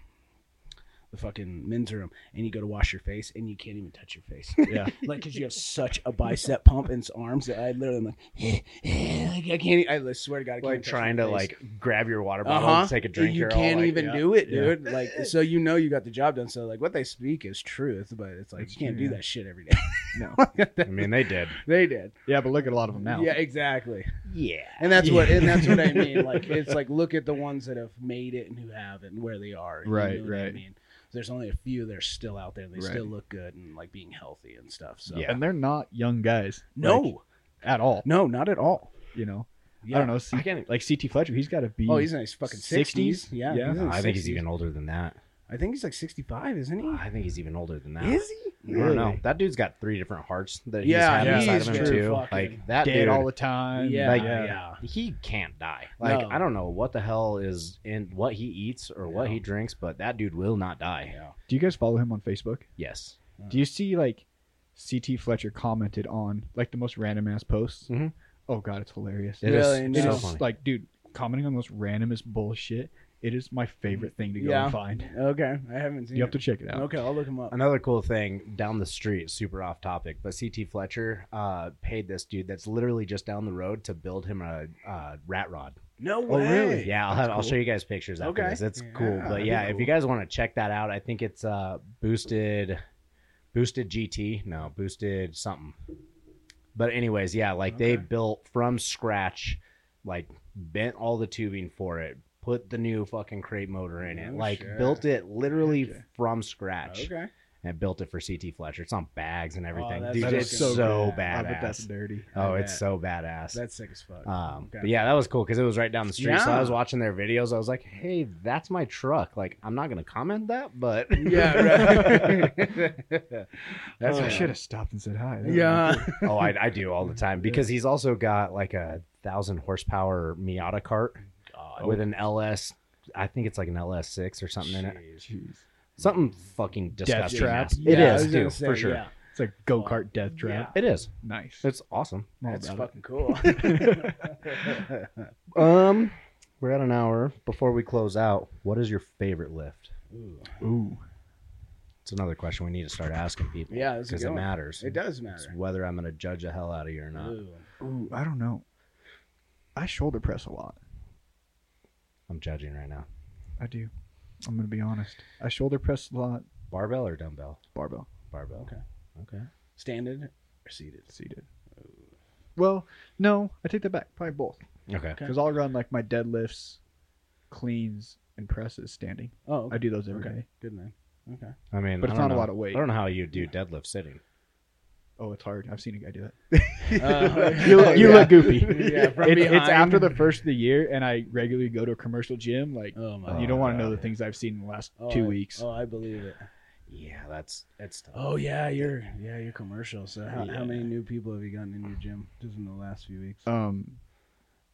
S2: the fucking men's room, and you go to wash your face, and you can't even touch your face.
S3: Yeah.
S2: like because you have such a bicep pump in his arms that I literally am like, like, I can't. e, I swear to God, I can't
S1: like
S2: touch
S1: trying
S2: my
S1: to
S2: face.
S1: like grab your water bottle,
S2: Uh-huh.
S1: and take a drink.
S2: You
S1: you're all
S2: can't
S1: like-
S2: even
S3: yeah,
S2: do it,
S3: yeah.
S2: dude. Like so, you know you got the job done. So like what they speak is truth, but it's like
S3: It's
S2: you can't
S3: true,
S2: do
S3: yeah.
S2: that shit every day.
S3: No.
S1: I mean, they did.
S2: they did.
S3: Yeah, but look at a lot of them now.
S2: Yeah, exactly.
S1: Yeah.
S2: And that's what and that's what I mean. Like it's like look at the ones that have made it and who haven't, and where they are. You
S3: Right,
S2: know what I
S3: right.
S2: mean, there's only a few that are still out there. They
S3: Right.
S2: still look good and like being healthy and stuff. So
S1: Yeah.
S3: And they're not young guys.
S2: no,
S3: like, at all.
S2: no, not at all.
S3: You know,
S2: Yeah.
S3: I don't know. C-
S1: I can't-
S3: like CT Fletcher, he's got to be.
S2: Oh, he's in his fucking
S3: 60s?
S2: sixties. Yeah,
S3: Yeah.
S2: in his
S1: I think he's
S2: 60s.
S1: even older than that.
S2: I think he's like sixty-five, isn't he?
S1: I think he's even older than that.
S2: he?
S1: I don't know.
S3: Really?
S1: That dude's got three different hearts that he's
S2: Yeah,
S1: had
S3: he
S1: inside
S3: is
S1: of him
S3: true
S1: too.
S2: fucking
S1: Like that
S3: dead
S1: dude,
S3: all the time.
S2: Yeah,
S1: Like-
S2: yeah.
S1: he can't die. Like
S2: No.
S1: I don't know what the hell is in what he eats or what
S2: Yeah.
S1: he drinks, but that dude will not die.
S2: Yeah.
S3: Do you guys follow him on Facebook?
S1: Yes.
S3: Do you see like CT Fletcher commented on like the most random ass posts?
S1: Mhm.
S3: Oh god, it's hilarious.
S1: It is
S2: Really?
S3: It
S2: No.
S1: so
S3: is,
S1: funny.
S3: like, dude, commenting on the most randomest bullshit. It is my favorite thing to go
S2: Yeah.
S3: and find.
S2: Okay, I haven't seen.
S3: You have to
S2: it.
S3: check it out.
S2: Okay, I'll look him up.
S1: Another cool thing down the street, super off topic, but CT Fletcher uh, paid this dude that's literally just down the road to build him a uh, rat rod.
S2: No
S3: Oh,
S2: way.
S3: really?
S1: Yeah, I'll, have, I'll
S3: cool.
S1: show you guys pictures after
S2: Okay.
S1: this. It's
S2: Yeah,
S1: cool, but
S2: that'd be
S1: yeah, if
S2: cool.
S1: you guys want to check that out, I think it's uh boosted, boosted GT. No, boosted something. But anyways, yeah, like they
S2: Okay.
S1: built from scratch, like bent all the tubing for it, put the new fucking crate motor in it,
S2: Oh,
S1: like
S2: shit.
S1: built it literally
S2: Okay.
S1: from scratch,
S2: Okay. Oh,
S1: and I built it for CT Fletcher. It's on bags and everything.
S2: that's
S1: Dude,
S2: fucking
S1: it's so,
S2: rad.
S1: badass.
S3: I bet that's dirty.
S1: oh,
S2: I
S1: it's
S2: bet.
S1: so badass.
S2: That's sick as fuck.
S1: um,
S2: Okay.
S1: but yeah, that was cool because it was right down the street. So I
S2: Yeah.
S1: was watching their videos. I was like, "Hey, that's my truck." Like, I'm not gonna comment that, but
S2: Yeah,
S1: that's
S2: Oh,
S1: my
S3: I
S2: yeah.
S3: should have stopped and said hi.
S2: yeah.
S1: oh, I, I do all the time because he's also got like a thousand horsepower Miata cart
S2: Oh,
S1: with an LS. I think it's like an LS6 or something in it.
S3: Jeez.
S1: Something fucking disgusting.
S3: trap.
S1: ass.
S2: Yeah, I
S1: it
S2: was
S1: is,
S2: gonna
S1: dude,
S2: say,
S1: for sure.
S2: yeah.
S3: It's like go kart death trap.
S1: It is.
S3: Nice.
S1: It's awesome.
S3: All
S2: That's
S3: about
S2: fucking cool.
S1: Um, we're at an hour. Before we close out, what is your favorite lift?
S2: Ooh.
S3: it. Ooh.
S1: It's another question we need to start asking people.
S2: Yeah, that's a
S1: because
S2: good
S1: it
S2: one.
S1: matters.
S2: It does
S1: It's
S2: matter.
S1: whether I'm gonna judge the hell out of you or not.
S2: Ooh.
S3: Ooh. I don't know. I shoulder press a lot.
S1: I'm judging right now.
S3: I do. I'm gonna be honest. I shoulder press a lot.
S1: Barbell or dumbbell?
S3: Barbell
S1: Barbell.
S2: Okay.
S1: Okay.
S2: Standing or seated?
S3: seated. Well, no, I take that back. Probably both.
S1: Okay.
S2: Okay.
S3: Because I'll run like my deadlifts, cleans, and presses standing.
S2: Oh, okay.
S3: I do those every day.
S2: okay. Good man. Okay.
S1: I mean,
S3: But
S1: I
S3: it's
S1: don't
S3: not a
S1: know-
S3: lot of weight.
S1: I don't know how you do deadlift sitting.
S3: Oh, it's hard. I've seen a guy do that.
S2: Uh,
S3: You look- you look goofy.
S2: yeah, from
S3: It's,
S2: behind.
S3: it's after the first of the year, and I regularly go to a commercial gym. Like,
S2: Oh my.
S1: Oh,
S3: you don't want to know the
S1: God.
S3: things I've seen in the last
S2: Oh,
S3: two
S2: I-
S3: weeks.
S2: Oh, I believe it.
S1: Yeah, that's that's tough.
S2: Oh yeah, you're yeah you're commercial. So how,
S1: Yeah.
S2: how many new people have you gotten in your gym just in the last few weeks?
S3: Um,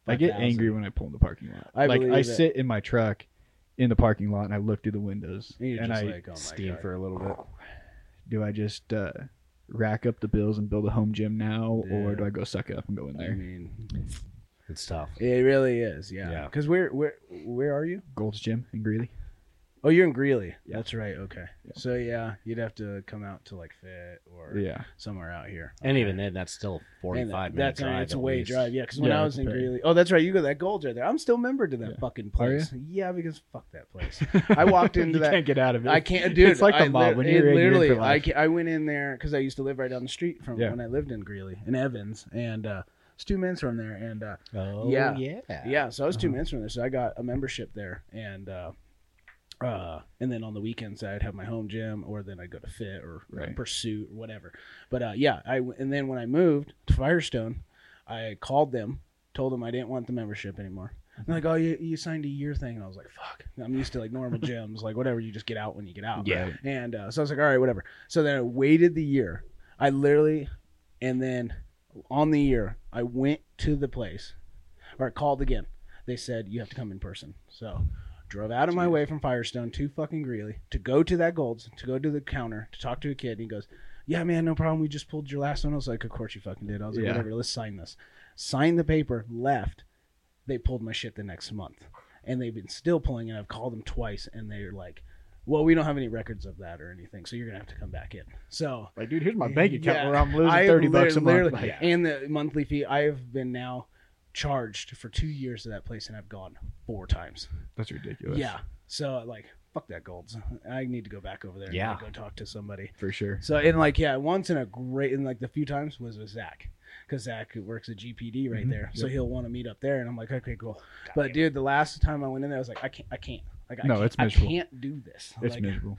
S3: I get
S2: 5,000.
S3: angry when I pull in the parking lot.
S2: I
S3: like,
S2: believe
S3: I
S2: it.
S3: sit in my truck in the parking lot and I look through the windows.
S2: And you're
S3: and
S2: just
S3: I
S2: like, oh my
S1: Steam
S2: God.
S1: for a little bit.
S3: do I just uh, rack up the bills and build a home gym now, or
S2: Yeah. Mm-hmm.
S3: do I go suck it up and go in
S2: I
S3: there?
S2: mean,
S1: It's tough.
S2: it really is.
S1: Yeah.
S2: Yeah. Because where where where are you?
S3: Gold's Gym in Greeley.
S2: Oh, you're in Greeley.
S3: Yeah.
S2: That's right. Okay.
S3: Yeah.
S2: So yeah, you'd have to come out to like Fit or
S3: Yeah,
S2: somewhere out here.
S1: And even then, that's still 45
S2: Man,
S1: minutes.
S2: that's I mean, it's a way
S1: way
S2: drive. Yeah, because when
S3: Yeah,
S2: I
S3: that's
S2: was in
S3: fair.
S2: Greeley, oh, that's right. You got that gold right there. I'm still member to that
S3: Yeah.
S2: fucking
S3: Are you?
S2: place. Yeah, because fuck that place. I walked into
S3: you
S2: that.
S3: Can't get out of it.
S2: I can't do it.
S3: It's like the
S2: I
S3: mob
S2: lit-
S3: when
S2: it
S3: you're in, you're in
S2: literally.
S3: for
S2: I,
S3: life.
S2: ca- I went in there because I used to live right down the street from
S3: Yeah.
S2: when I lived in Greeley in Evans, and uh, it's two minutes from there. And uh,
S1: Oh,
S2: Yeah.
S1: yeah.
S2: yeah, so I was two
S3: Uh-huh.
S2: minutes from there, so I got a membership there, and uh, uh, and then on the weekends I'd have my home gym, or then I'd go to Fit or
S3: Right.
S2: Pursuit or whatever. But uh, yeah, I w- and then when I moved to Firestone, I called them, told them I didn't want the membership anymore. And they're like, oh, you, you signed a year thing, and I was like, fuck, I'm used to like normal gyms, like whatever, you just get out when you get out.
S1: Yeah.
S2: And uh, so I was like, all right, whatever. So then I waited the year. I literally, and then on the year, I went to the place or I called again. They said, you have to come in person. So drove out of my way from Firestone to fucking Greeley to go to that Gold's, to go to the counter, to talk to a kid. And he goes, yeah, man, no problem. We just pulled your last one. I was like, of course you fucking did. I was like,
S3: Yeah.
S2: whatever, let's sign this. Signed the paper, left. They pulled my shit the next month. And they've been still pulling it. I've called them twice, and they're like, well, we don't have any records of that or anything, so you're gonna have to come back in. So
S3: like, dude, here's my bank account
S2: Yeah.
S3: where I'm losing
S2: I
S3: thirty bucks a
S2: literally-
S3: month. Like,
S1: Yeah.
S2: and the monthly fee. I've been now charged for two years to that place, and I've gone four times.
S3: That's ridiculous.
S2: Yeah, so like, fuck that golds. I need to go back over there. and,
S1: Yeah.
S2: like, go talk to somebody.
S3: for sure.
S2: So and like yeah, once in a great and like the few times was with Zach, because Zach works at GPD right
S3: Mhm.
S2: there, so
S3: Yep.
S2: he'll want to meet up there, and I'm like, okay, cool. but dude, the last time I went in there, I was like, I can't, I can't. Like, I
S3: No,
S2: can't,
S3: it's miserable.
S2: I can't do this.
S3: It's
S2: like,
S3: miserable.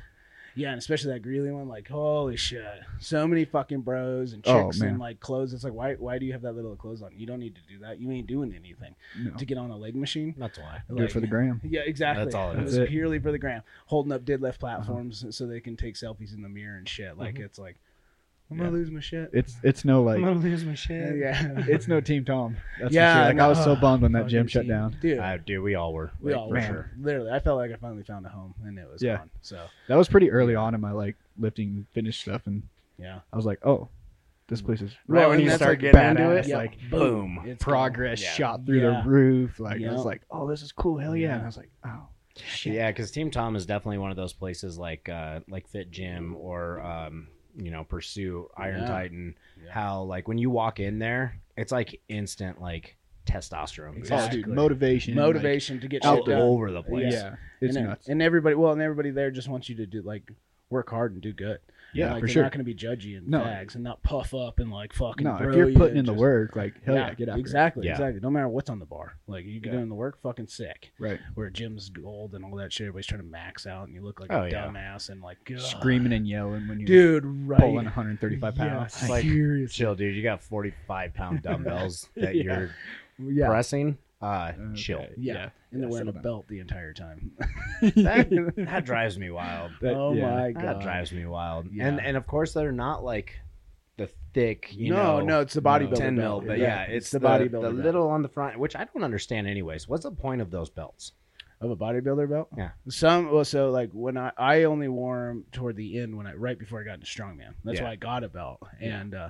S2: Yeah, and especially that Greeley one. Like, holy shit, so many fucking bros and
S3: Oh,
S2: chicks
S3: man.
S2: and like clothes. It's like, why, why do you have that little clothes on? You don't need to do that. You ain't doing anything
S3: No.
S2: to get on a leg machine.
S1: That's why.
S3: Do it for the
S2: Like,
S3: gram. Uh-huh.
S2: yeah, exactly.
S1: That's all it
S2: it
S3: is.
S2: was
S3: That's it.
S2: purely for the gram, holding up dead left platforms so they can take selfies in the mirror and shit. Like
S3: Uh-huh.
S1: Mhm.
S2: it's like, I'm gonna lose my shit.
S3: It's it's no like
S1: gonna lose my shit.
S2: yeah,
S3: it's no Team Tom. That's
S2: Yeah,
S3: for sure. Like I
S2: no.
S3: was so bummed when that
S2: Fucking
S3: gym shut
S2: team.
S3: down.
S2: dude.
S1: I do. We all were.
S2: we
S1: like,
S2: all
S1: for
S2: were.
S1: sure.
S2: Literally, I felt like I finally found a home, and it was
S3: Yeah.
S2: gone. So
S3: That was pretty early on in my like lifting finish stuff, and
S2: yeah,
S3: I was like, oh, this place is
S1: Right
S2: Well,
S1: when
S2: and
S1: you
S2: that's,
S1: start
S2: like,
S1: getting into
S3: badass,
S1: it,
S2: yeah,
S3: like,
S1: boom.
S2: It's gone.
S3: progress
S1: Yeah.
S3: shot through
S2: Yeah.
S3: the roof. Like I
S2: Yeah.
S3: was like, oh, this is cool. Hell yeah.
S2: Yeah.
S3: And I was like, oh, shit.
S1: Yeah, because Team Tom is definitely one of those places like uh, like Fit Gym or um, you know Pursue Iron
S2: Yeah.
S1: Titan.
S2: Yeah.
S1: How like when you walk in there, it's like instant like testosterone. boost.
S3: Oh, dude,
S2: Exactly.
S3: motivation. like,
S2: motivation to get shit
S1: All
S2: done.
S1: over the place.
S2: Yeah.
S3: yeah. It's
S2: and,
S3: nuts.
S2: and everybody, well, and everybody there just wants you to do like work hard and do good. like
S3: Yeah, for
S2: they're
S3: sure.
S2: not going to be judgy and
S3: No.
S2: fags and not puff up and like fucking.
S3: No,
S2: bro
S3: if you're
S2: you
S3: putting
S2: and
S3: in the
S2: just-
S3: work, like hell yeah, get out
S2: Exactly,
S1: Yeah.
S2: exactly. No matter what's on the bar, like you get
S3: Yeah.
S2: in the work, fucking sick.
S3: Right,
S2: Where Jim's gold and all that shit, everybody's trying to max out, and you look like
S1: Oh,
S2: a
S1: yeah.
S2: dumbass and like God.
S3: screaming and yelling when you're
S2: dude, right?
S3: pulling 135 pounds.
S2: Yeah,
S1: Like,
S2: seriously.
S1: Chill, dude. You got 45 pound dumbbells that
S2: Yeah.
S1: you're
S2: yeah,
S1: pressing. Uh, chill.
S3: Okay.
S2: yeah,
S3: Yeah.
S2: and they're
S3: Yeah,
S2: wearing a
S3: settle down.
S2: belt the entire time.
S1: That, that drives me wild.
S3: That-
S2: oh
S3: yeah.
S2: my
S1: That
S2: god,
S1: drives me wild.
S2: Yeah.
S1: And and of course they're not like the thick, you
S2: no,
S1: know,
S2: no, it's the
S3: no.
S2: bodybuilder.
S1: ten mil,
S2: belt.
S1: but yeah, it's the,
S2: bodybuilder.
S1: the
S2: belt.
S1: little on the front, which I don't understand anyways. What's the point of those belts?
S2: of a bodybuilder belt.
S1: Yeah.
S2: Some well, so like when I I only wore them toward the end when I right before I got into strongman. That's
S1: Yeah.
S2: why I got a belt and. uh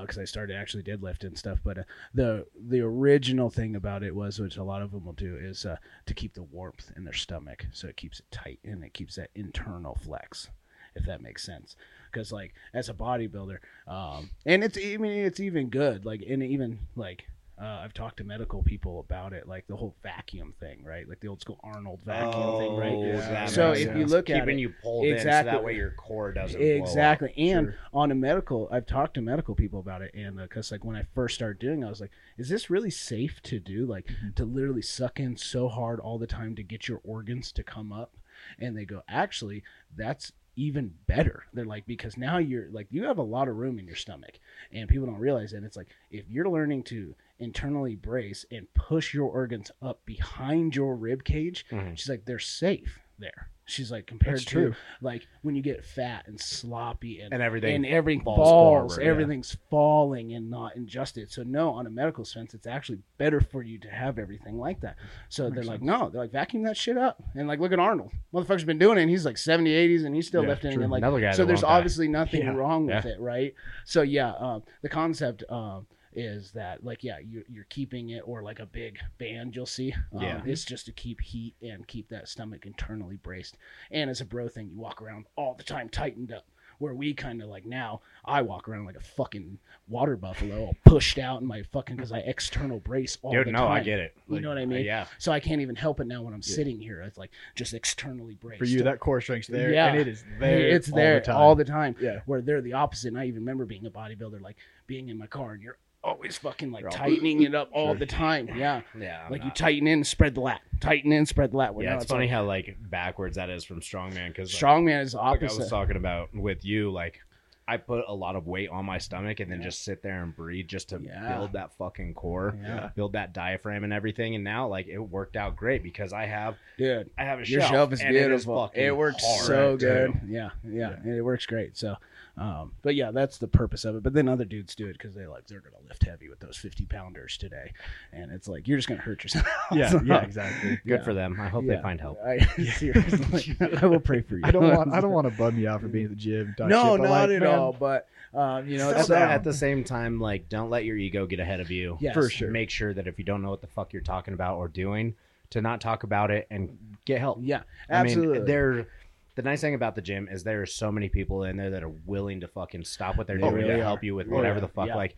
S2: because I started actually deadlifting and stuff, but uh, the the original thing about it was, which a lot of them will do, is uh, to keep the warmth in their stomach, so it keeps it tight and it keeps that internal flex, if that makes sense. Because like as a bodybuilder, um, and it's I mean it's even good, like and even like uh, I've talked to medical people about it, like the whole vacuum thing, right? Like the old school Arnold vacuum thing, right?
S1: Oh,
S3: Yeah.
S2: So
S3: Oh, makes
S2: if you
S3: sense.
S2: look at
S1: keeping
S2: it,
S1: you pulled in, so
S2: Exactly.
S1: that way your core doesn't blow up.
S2: exactly. And
S3: Sure.
S2: on a medical, I've talked to medical people about it, and because like when I first started doing, it, I was like, "Is this really safe to do? Like
S3: Mm-hmm.
S2: to literally suck in so hard all the time to get your organs to come up?" And they go, "Actually, that's." even better they're like because now you're like you have a lot of room in your stomach and people don't realize that it's like if you're learning to internally brace and push your organs up behind your rib cage
S1: Mhm.
S2: she's like they're safe there she's like compared
S3: Mm-hmm.
S2: to
S3: That's true.
S2: like when you get fat and sloppy and,
S1: And everything
S2: and everything
S1: falls
S2: falls,
S1: forward, yeah.
S2: everything's falling and not ingested. So no, on a medical sense, it's actually better for you to have everything like that. So they're
S3: Makes
S2: like, no, they're like vacuum that shit up. And like, look at Arnold, motherfucker's been doing it. And he's like 70, 80s, and he's still
S3: Yeah,
S2: lifting.
S3: true.
S2: And like,
S1: Another guy
S2: so
S1: that
S2: there's
S1: won't die.
S2: obviously nothing
S1: Yeah.
S2: wrong with it, right? So yeah, um, the concept um, is that like yeah, you're, you're keeping it or like a big band you'll see. Um,
S1: Yeah.
S2: it's just to keep heat and keep that stomach internally braced. And as a bro thing, you walk around all the time tightened up. Where we kind of like now, I walk around like a fucking water buffalo, all pushed out in my fucking because I external brace all
S1: Dude,
S2: the
S1: no,
S2: time.
S1: I get it.
S2: You know what I mean?
S1: uh, yeah.
S2: So I can't even help it now when I'm sitting here. It's like just externally braced.
S3: For you, that core strength's there,
S2: Yeah.
S3: and it is there.
S2: it's
S3: all
S2: there
S3: the time.
S2: all the time
S3: yeah.
S2: where they're the opposite. And I even remember being a bodybuilder, like being in my car and you're always fucking like
S1: You're all-
S2: tightening it up all
S3: Sure.
S2: the time. Yeah.
S1: Yeah. I'm
S2: like you
S1: not-
S2: tighten in, spread the lat, tighten in, spread the lat. Well,
S1: yeah,
S2: now
S1: it's funny how like backwards that is from strongman
S2: Like,
S1: because
S2: strongman is the
S1: like I
S2: opposite.
S1: was talking about with you, like I put a lot of weight on my stomach and then
S2: Yeah.
S1: just sit there and breathe just to
S2: Yeah.
S1: build that fucking core,
S2: Yeah.
S1: build that diaphragm and everything. And now like it worked out great because I have
S2: Dude,
S1: I have a
S2: your
S1: shelf,
S2: shelf is
S1: and It,
S2: beautiful.
S1: is
S2: It,
S1: fucking
S2: works
S1: hard,
S2: so
S1: too.
S2: good. Yeah, yeah, It works great. So, um, but yeah, that's the purpose of it. But then other dudes do it because they like they're gonna lift heavy with those fifty pounders today, and it's like you're just gonna hurt yourself.
S3: Yeah,
S2: So-
S3: yeah, exactly.
S1: Good
S2: Yeah.
S1: for them. I hope
S2: Yeah.
S1: they find help.
S2: I, seriously, I will pray for you.
S3: I don't want. I don't want to bum you out for being at the gym. and type
S2: no,
S3: shit, but
S2: not
S3: like,
S2: at
S3: man,
S2: all. But um, you know,
S1: At
S2: it's
S1: the,
S2: uh,
S1: at the same time, like don't let your ego get ahead of you.
S2: Yes.
S3: For sure.
S1: Make sure that if you don't know what the fuck you're talking about or doing, to not talk about it and get help.
S2: yeah,
S1: I
S2: absolutely.
S1: mean, there. The nice thing about the gym is there are so many people in there that are willing to fucking stop what they're
S2: They
S1: doing
S2: really
S1: to
S2: are.
S1: help you with
S3: Oh,
S1: whatever
S3: yeah.
S1: the fuck.
S2: Yeah.
S1: Like,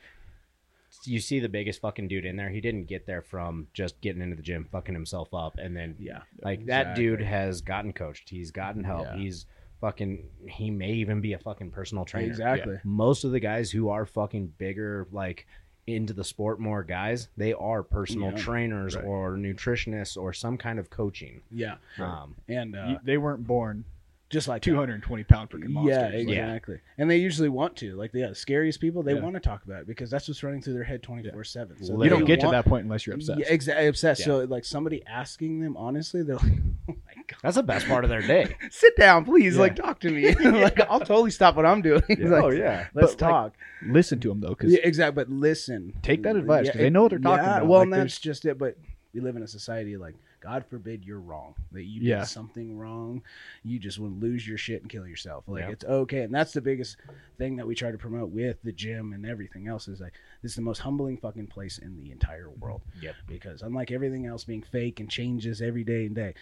S1: you see the biggest fucking dude in there. He didn't get there from just getting into the gym, fucking himself up, and then
S2: yeah,
S1: like that
S2: Exactly.
S1: dude has gotten coached. He's gotten help.
S2: Yeah.
S1: He's fucking. He may even be a fucking personal trainer.
S2: exactly.
S1: Most of the guys who are fucking bigger, like into the sport more guys, they are personal
S2: Yeah.
S1: trainers
S3: Right.
S1: or nutritionists or some kind of coaching.
S2: Yeah,
S1: Um,
S2: and uh,
S3: you- they weren't born
S2: just like that.
S3: 220 pound freaking monsters.
S2: Yeah,
S3: Like,
S2: exactly. And they usually want to. Like yeah, the scariest people, they
S3: Yeah.
S2: want to talk about it because that's what's running through their head 24 7. So
S3: You
S1: Literally.
S3: don't get to
S2: want-
S3: that point unless you're obsessed.
S2: Yeah, exactly. Obsessed.
S1: Yeah.
S2: So, like, somebody asking them honestly, they're like, oh my God,
S1: That's the best part of their day.
S2: sit down, please.
S3: Yeah. Oh,
S2: Like, talk to me. like, I'll totally stop what I'm doing. Like,
S1: Oh, yeah.
S2: Let's
S3: But, like,
S2: talk.
S3: Listen to them though, because
S2: yeah, exactly. But listen,
S3: Take that advice, 'cause they
S2: it-
S3: know what they're talking about.
S2: Well,
S3: Like,
S2: and that's
S3: there's-
S2: just it. But we live in a society like, God forbid you're wrong, that you
S3: Yeah.
S2: did something wrong, you just would lose your shit and kill yourself. Like
S1: Yeah.
S2: it's okay, and that's the biggest thing that we try to promote with the gym and everything else is like this is the most humbling fucking place in the entire
S3: Mm-hmm.
S2: world.
S1: Yep.
S2: Because unlike everything else being fake and changes every day and day.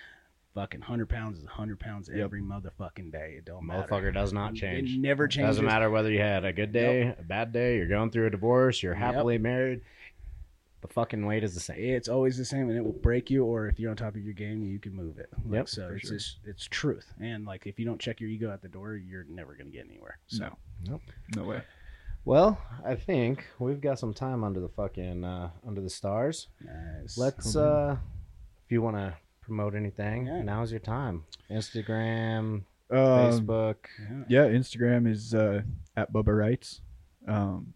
S2: Fucking hundred pounds is hundred pounds
S3: Yep.
S2: every motherfucking day. It don't matter.
S1: Motherfucker does not
S2: It
S1: change.
S2: never changes.
S1: Doesn't matter whether you had a good day, a bad day, you're going through a divorce, you're
S2: Yep.
S1: happily married. The fucking weight is the same.
S2: It's always the same, and it will break you. Or if you're on top of your game, you can move it. Like,
S1: Yep,
S2: so
S3: for
S2: it's
S3: sure.
S2: just it's truth. And like if you don't check your ego at the door, you're never gonna get anywhere. So
S3: No.
S1: Nope.
S3: No way.
S1: Well, I think we've got some time under the fucking uh, under the stars.
S2: nice.
S1: Let's
S3: Cool.
S1: uh if you want to promote anything,
S2: Mm-hmm. Yeah.
S1: now's your time. Instagram,
S3: Um,
S1: Facebook.
S2: Yeah.
S3: yeah, Instagram is uh, at Bubba Wrights. Um,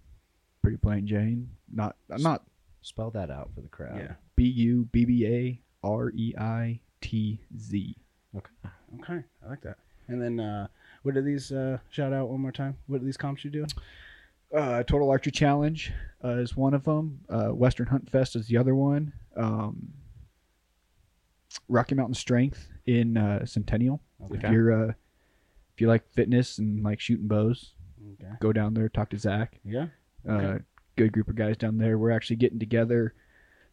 S3: pretty plain Jane. Not not
S1: Spell that out for the crowd.
S2: Yeah.
S3: B U B B A R E I T Z.
S2: Okay, I like that. And then uh, what are these? Uh, shout out one more time. What are these comps you doing?
S3: uh, Total Archer Challenge uh, is one of them. Uh, Western Hunt Fest is the other one. Um, Rocky Mountain Strength in uh, Centennial. If
S1: Okay.
S3: you're uh, if you like fitness and like shooting bows,
S2: Okay.
S3: go down there. Talk to Zach.
S2: Yeah.
S3: Uh, good group of guys down there. We're actually getting together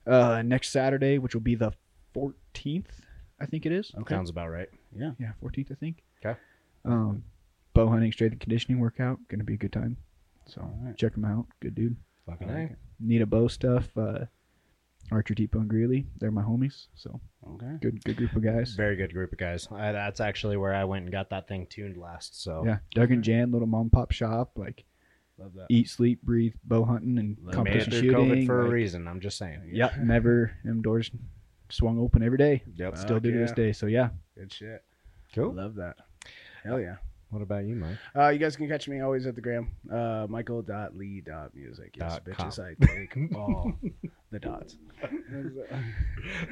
S3: uh, next Saturday, which will be the 14th, I think it is.
S2: Okay.
S1: Sounds about right.
S3: Yeah, 14th, I think.
S1: Okay.
S3: Um, bow hunting, strength and conditioning workout. Going to be a good time. So
S2: All right.
S3: check them out. Good dude.
S1: Fucking
S2: I like
S1: A.
S3: Need a Bow stuff, uh, Archer Depot and Greeley. They're my homies. So
S2: Okay.
S3: good, good group of guys.
S1: Very good group of guys. I, that's actually where I went and got that thing tuned last. So
S3: Yeah, Doug and Jan, little mom and pop shop, like
S2: Love that.
S3: eat, sleep, breathe, bow hunting, and
S2: Love it.
S1: made it
S3: competition
S1: through
S3: shooting.
S1: COVID for a
S3: like,
S1: reason. I'm just saying.
S3: Yep, never. Them doors swung open every day.
S1: Yep.
S3: Still
S2: Fuck
S3: do to this
S2: yeah.
S3: day. So yeah,
S2: Good shit.
S1: Cool.
S2: Love that. Hell yeah.
S1: What about you, Mike?
S2: Uh, you guys can catch me always at the gram. Uh, Michael.lee.music. Yes,
S1: Dot
S2: bitches, I take all the dots.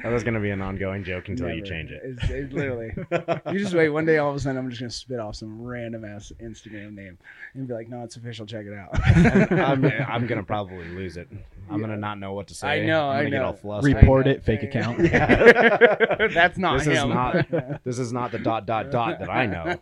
S1: That was gonna be an ongoing joke until you
S2: Never.
S1: change it.
S2: It's, it's literally. You just wait. One day, all of a sudden, I'm just gonna spit off some random ass Instagram name and be like, "No, it's official. Check it out."
S1: And I'm, I'm gonna probably lose it. I'm gonna not know what to say.
S2: I know,
S1: I'm
S2: I
S1: gonna get
S2: know.
S1: all flustered.
S3: report
S2: know.
S3: it. Fake
S2: I-
S3: account.
S1: Yeah.
S2: That's not
S1: This is
S2: him.
S1: not- this is not the dot dot dot that I know.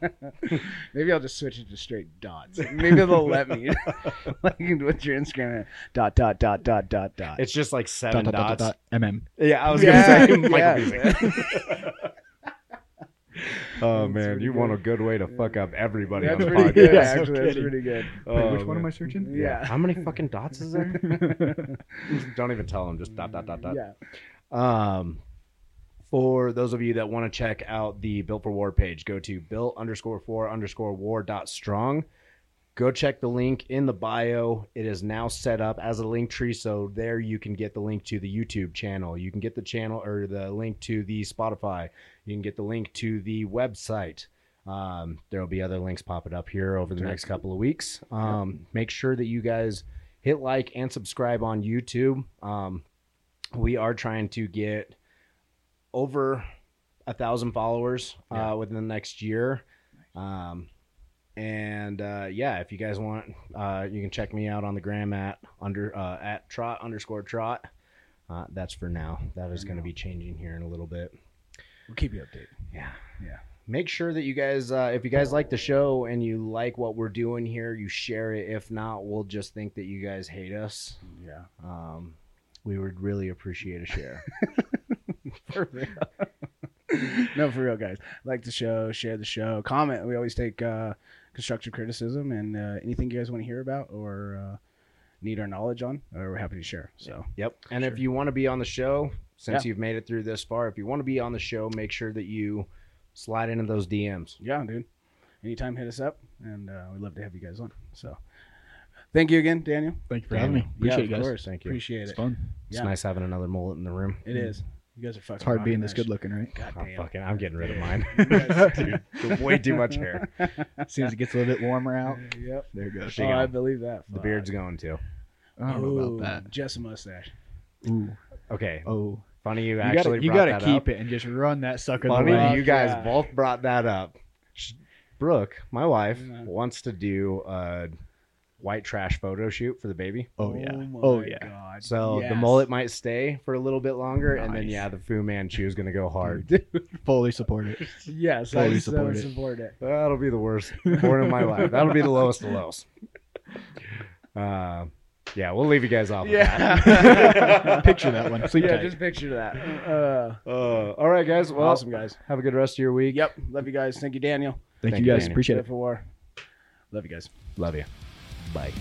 S2: Maybe I'll just switch it to straight dots. Maybe they'll let me. like with your Instagram dot dot dot dot dot dot.
S1: It's just like
S3: dot,
S1: seven
S3: dot, dot,
S1: dots.
S3: dot, dot. Mm.
S1: Yeah, I was
S2: Yeah,
S1: gonna say Michael
S2: yeah.
S1: Music. oh man,
S2: That's pretty
S1: you want a
S2: good.
S1: good way to fuck up everybody
S2: that's
S1: on the
S2: pretty
S1: podcast.
S2: good.
S3: Yeah,
S2: actually,
S3: no
S2: that's
S3: kidding.
S2: pretty good.
S3: Wait,
S1: Oh,
S3: which one am I
S1: man.
S3: searching?
S2: Yeah.
S1: How many fucking dots is there? Don't even tell him. Just dot dot dot dot.
S2: Yeah.
S1: Um, for those of you that want to check out the Built for War page, go to built underscore for underscore war dot strong. Go check the link in the bio. It is now set up as a link tree, so there you can get the link to the YouTube channel. You can get the channel or the link to the Spotify. You can get the link to the website. Um, there will be other links popping up here over the next couple of weeks. Um, make sure that you guys hit like and subscribe on YouTube. Um, we are trying to get over a thousand followers
S3: Yeah.
S1: uh, within the next year. Um, and uh, yeah, if you guys want, uh, you can check me out on the gram at under uh, at trot underscore trot. Uh, that's for now. That is
S2: For
S1: going to
S2: now.
S1: be changing here in a little bit.
S2: We'll keep you updated.
S1: Yeah.
S2: Yeah.
S1: Make sure that you guys, uh, if you guys like the show and you like what we're doing here, you share it. If not, we'll just think that you guys hate us.
S2: Yeah.
S1: Um, we would really appreciate a share.
S2: no, for real, guys. Like the show, share the show, comment. We always take uh, constructive criticism and uh, anything you guys want to hear about or uh, need our knowledge on, uh, we're happy to share. So,
S1: Yep. And
S3: Sure.
S1: if you want to be on the show, since you've made it through this far, if you want to be on the show, make sure that you slide into those DMs.
S2: yeah, dude. Anytime, hit us up, and uh, we'd love to have you guys on. So, thank you again, Daniel.
S3: Thank you for
S1: Yeah,
S3: having me. Appreciate
S2: yeah,
S3: it,
S2: of
S3: guys.
S2: course.
S1: Thank you.
S2: Appreciate
S3: It's
S2: it.
S3: fun.
S1: It's
S2: Yeah.
S1: nice having another mullet in the room.
S2: It is. You guys are fucking.
S3: It's hard being
S2: rocking
S3: this
S2: that
S3: good
S2: shit.
S3: looking, right?
S2: God
S1: I'm
S2: damn.
S1: fucking, I'm getting rid of
S2: Yeah.
S1: mine.
S2: Yes,
S1: Dude, way too much hair.
S3: As soon as it gets a little bit warmer out,
S2: Yep.
S3: there it goes.
S1: She
S2: Oh,
S1: gone.
S2: I believe that.
S1: The beard's going too.
S3: I don't know about
S2: Oh, Just a mustache.
S3: that. Ooh,
S1: Okay.
S3: oh.
S1: Funny you
S3: You
S1: actually
S3: gotta, you
S1: brought
S3: gotta
S1: that
S3: keep
S1: up.
S3: it and just run that sucker. the
S1: Funny
S3: way-
S2: Fuck
S1: you guys
S2: yeah.
S1: both brought that up. Sh- Brooke, my wife,
S2: Yeah.
S1: wants to do a white trash photo shoot for the baby.
S3: Oh yeah.
S2: my
S3: Oh yeah.
S2: God.
S1: So the
S2: Yes.
S1: mullet might stay for a little bit longer, and then
S3: Nice.
S1: yeah, the Fu Manchu is gonna go hard.
S3: Fully support it.
S2: Yes,
S3: Totally
S2: I so
S3: support
S2: support,
S3: it.
S2: it.
S1: That'll be the worst born in my life. That'll be the lowest of lows. Uh, yeah, we'll leave you guys off. with
S2: Yeah.
S1: that.
S3: Picture that one. Sleep
S2: yeah,
S3: tight.
S2: just picture that. Uh,
S1: Uh, all right, guys. Well,
S2: awesome guys.
S1: Have a good rest of your week.
S2: Yep, love you guys. Thank you, Daniel.
S3: Thank,
S1: Thank
S3: you
S1: you,
S3: guys.
S1: Danny.
S3: Appreciate it.
S2: For war. Love you guys.
S1: Love you. Bye.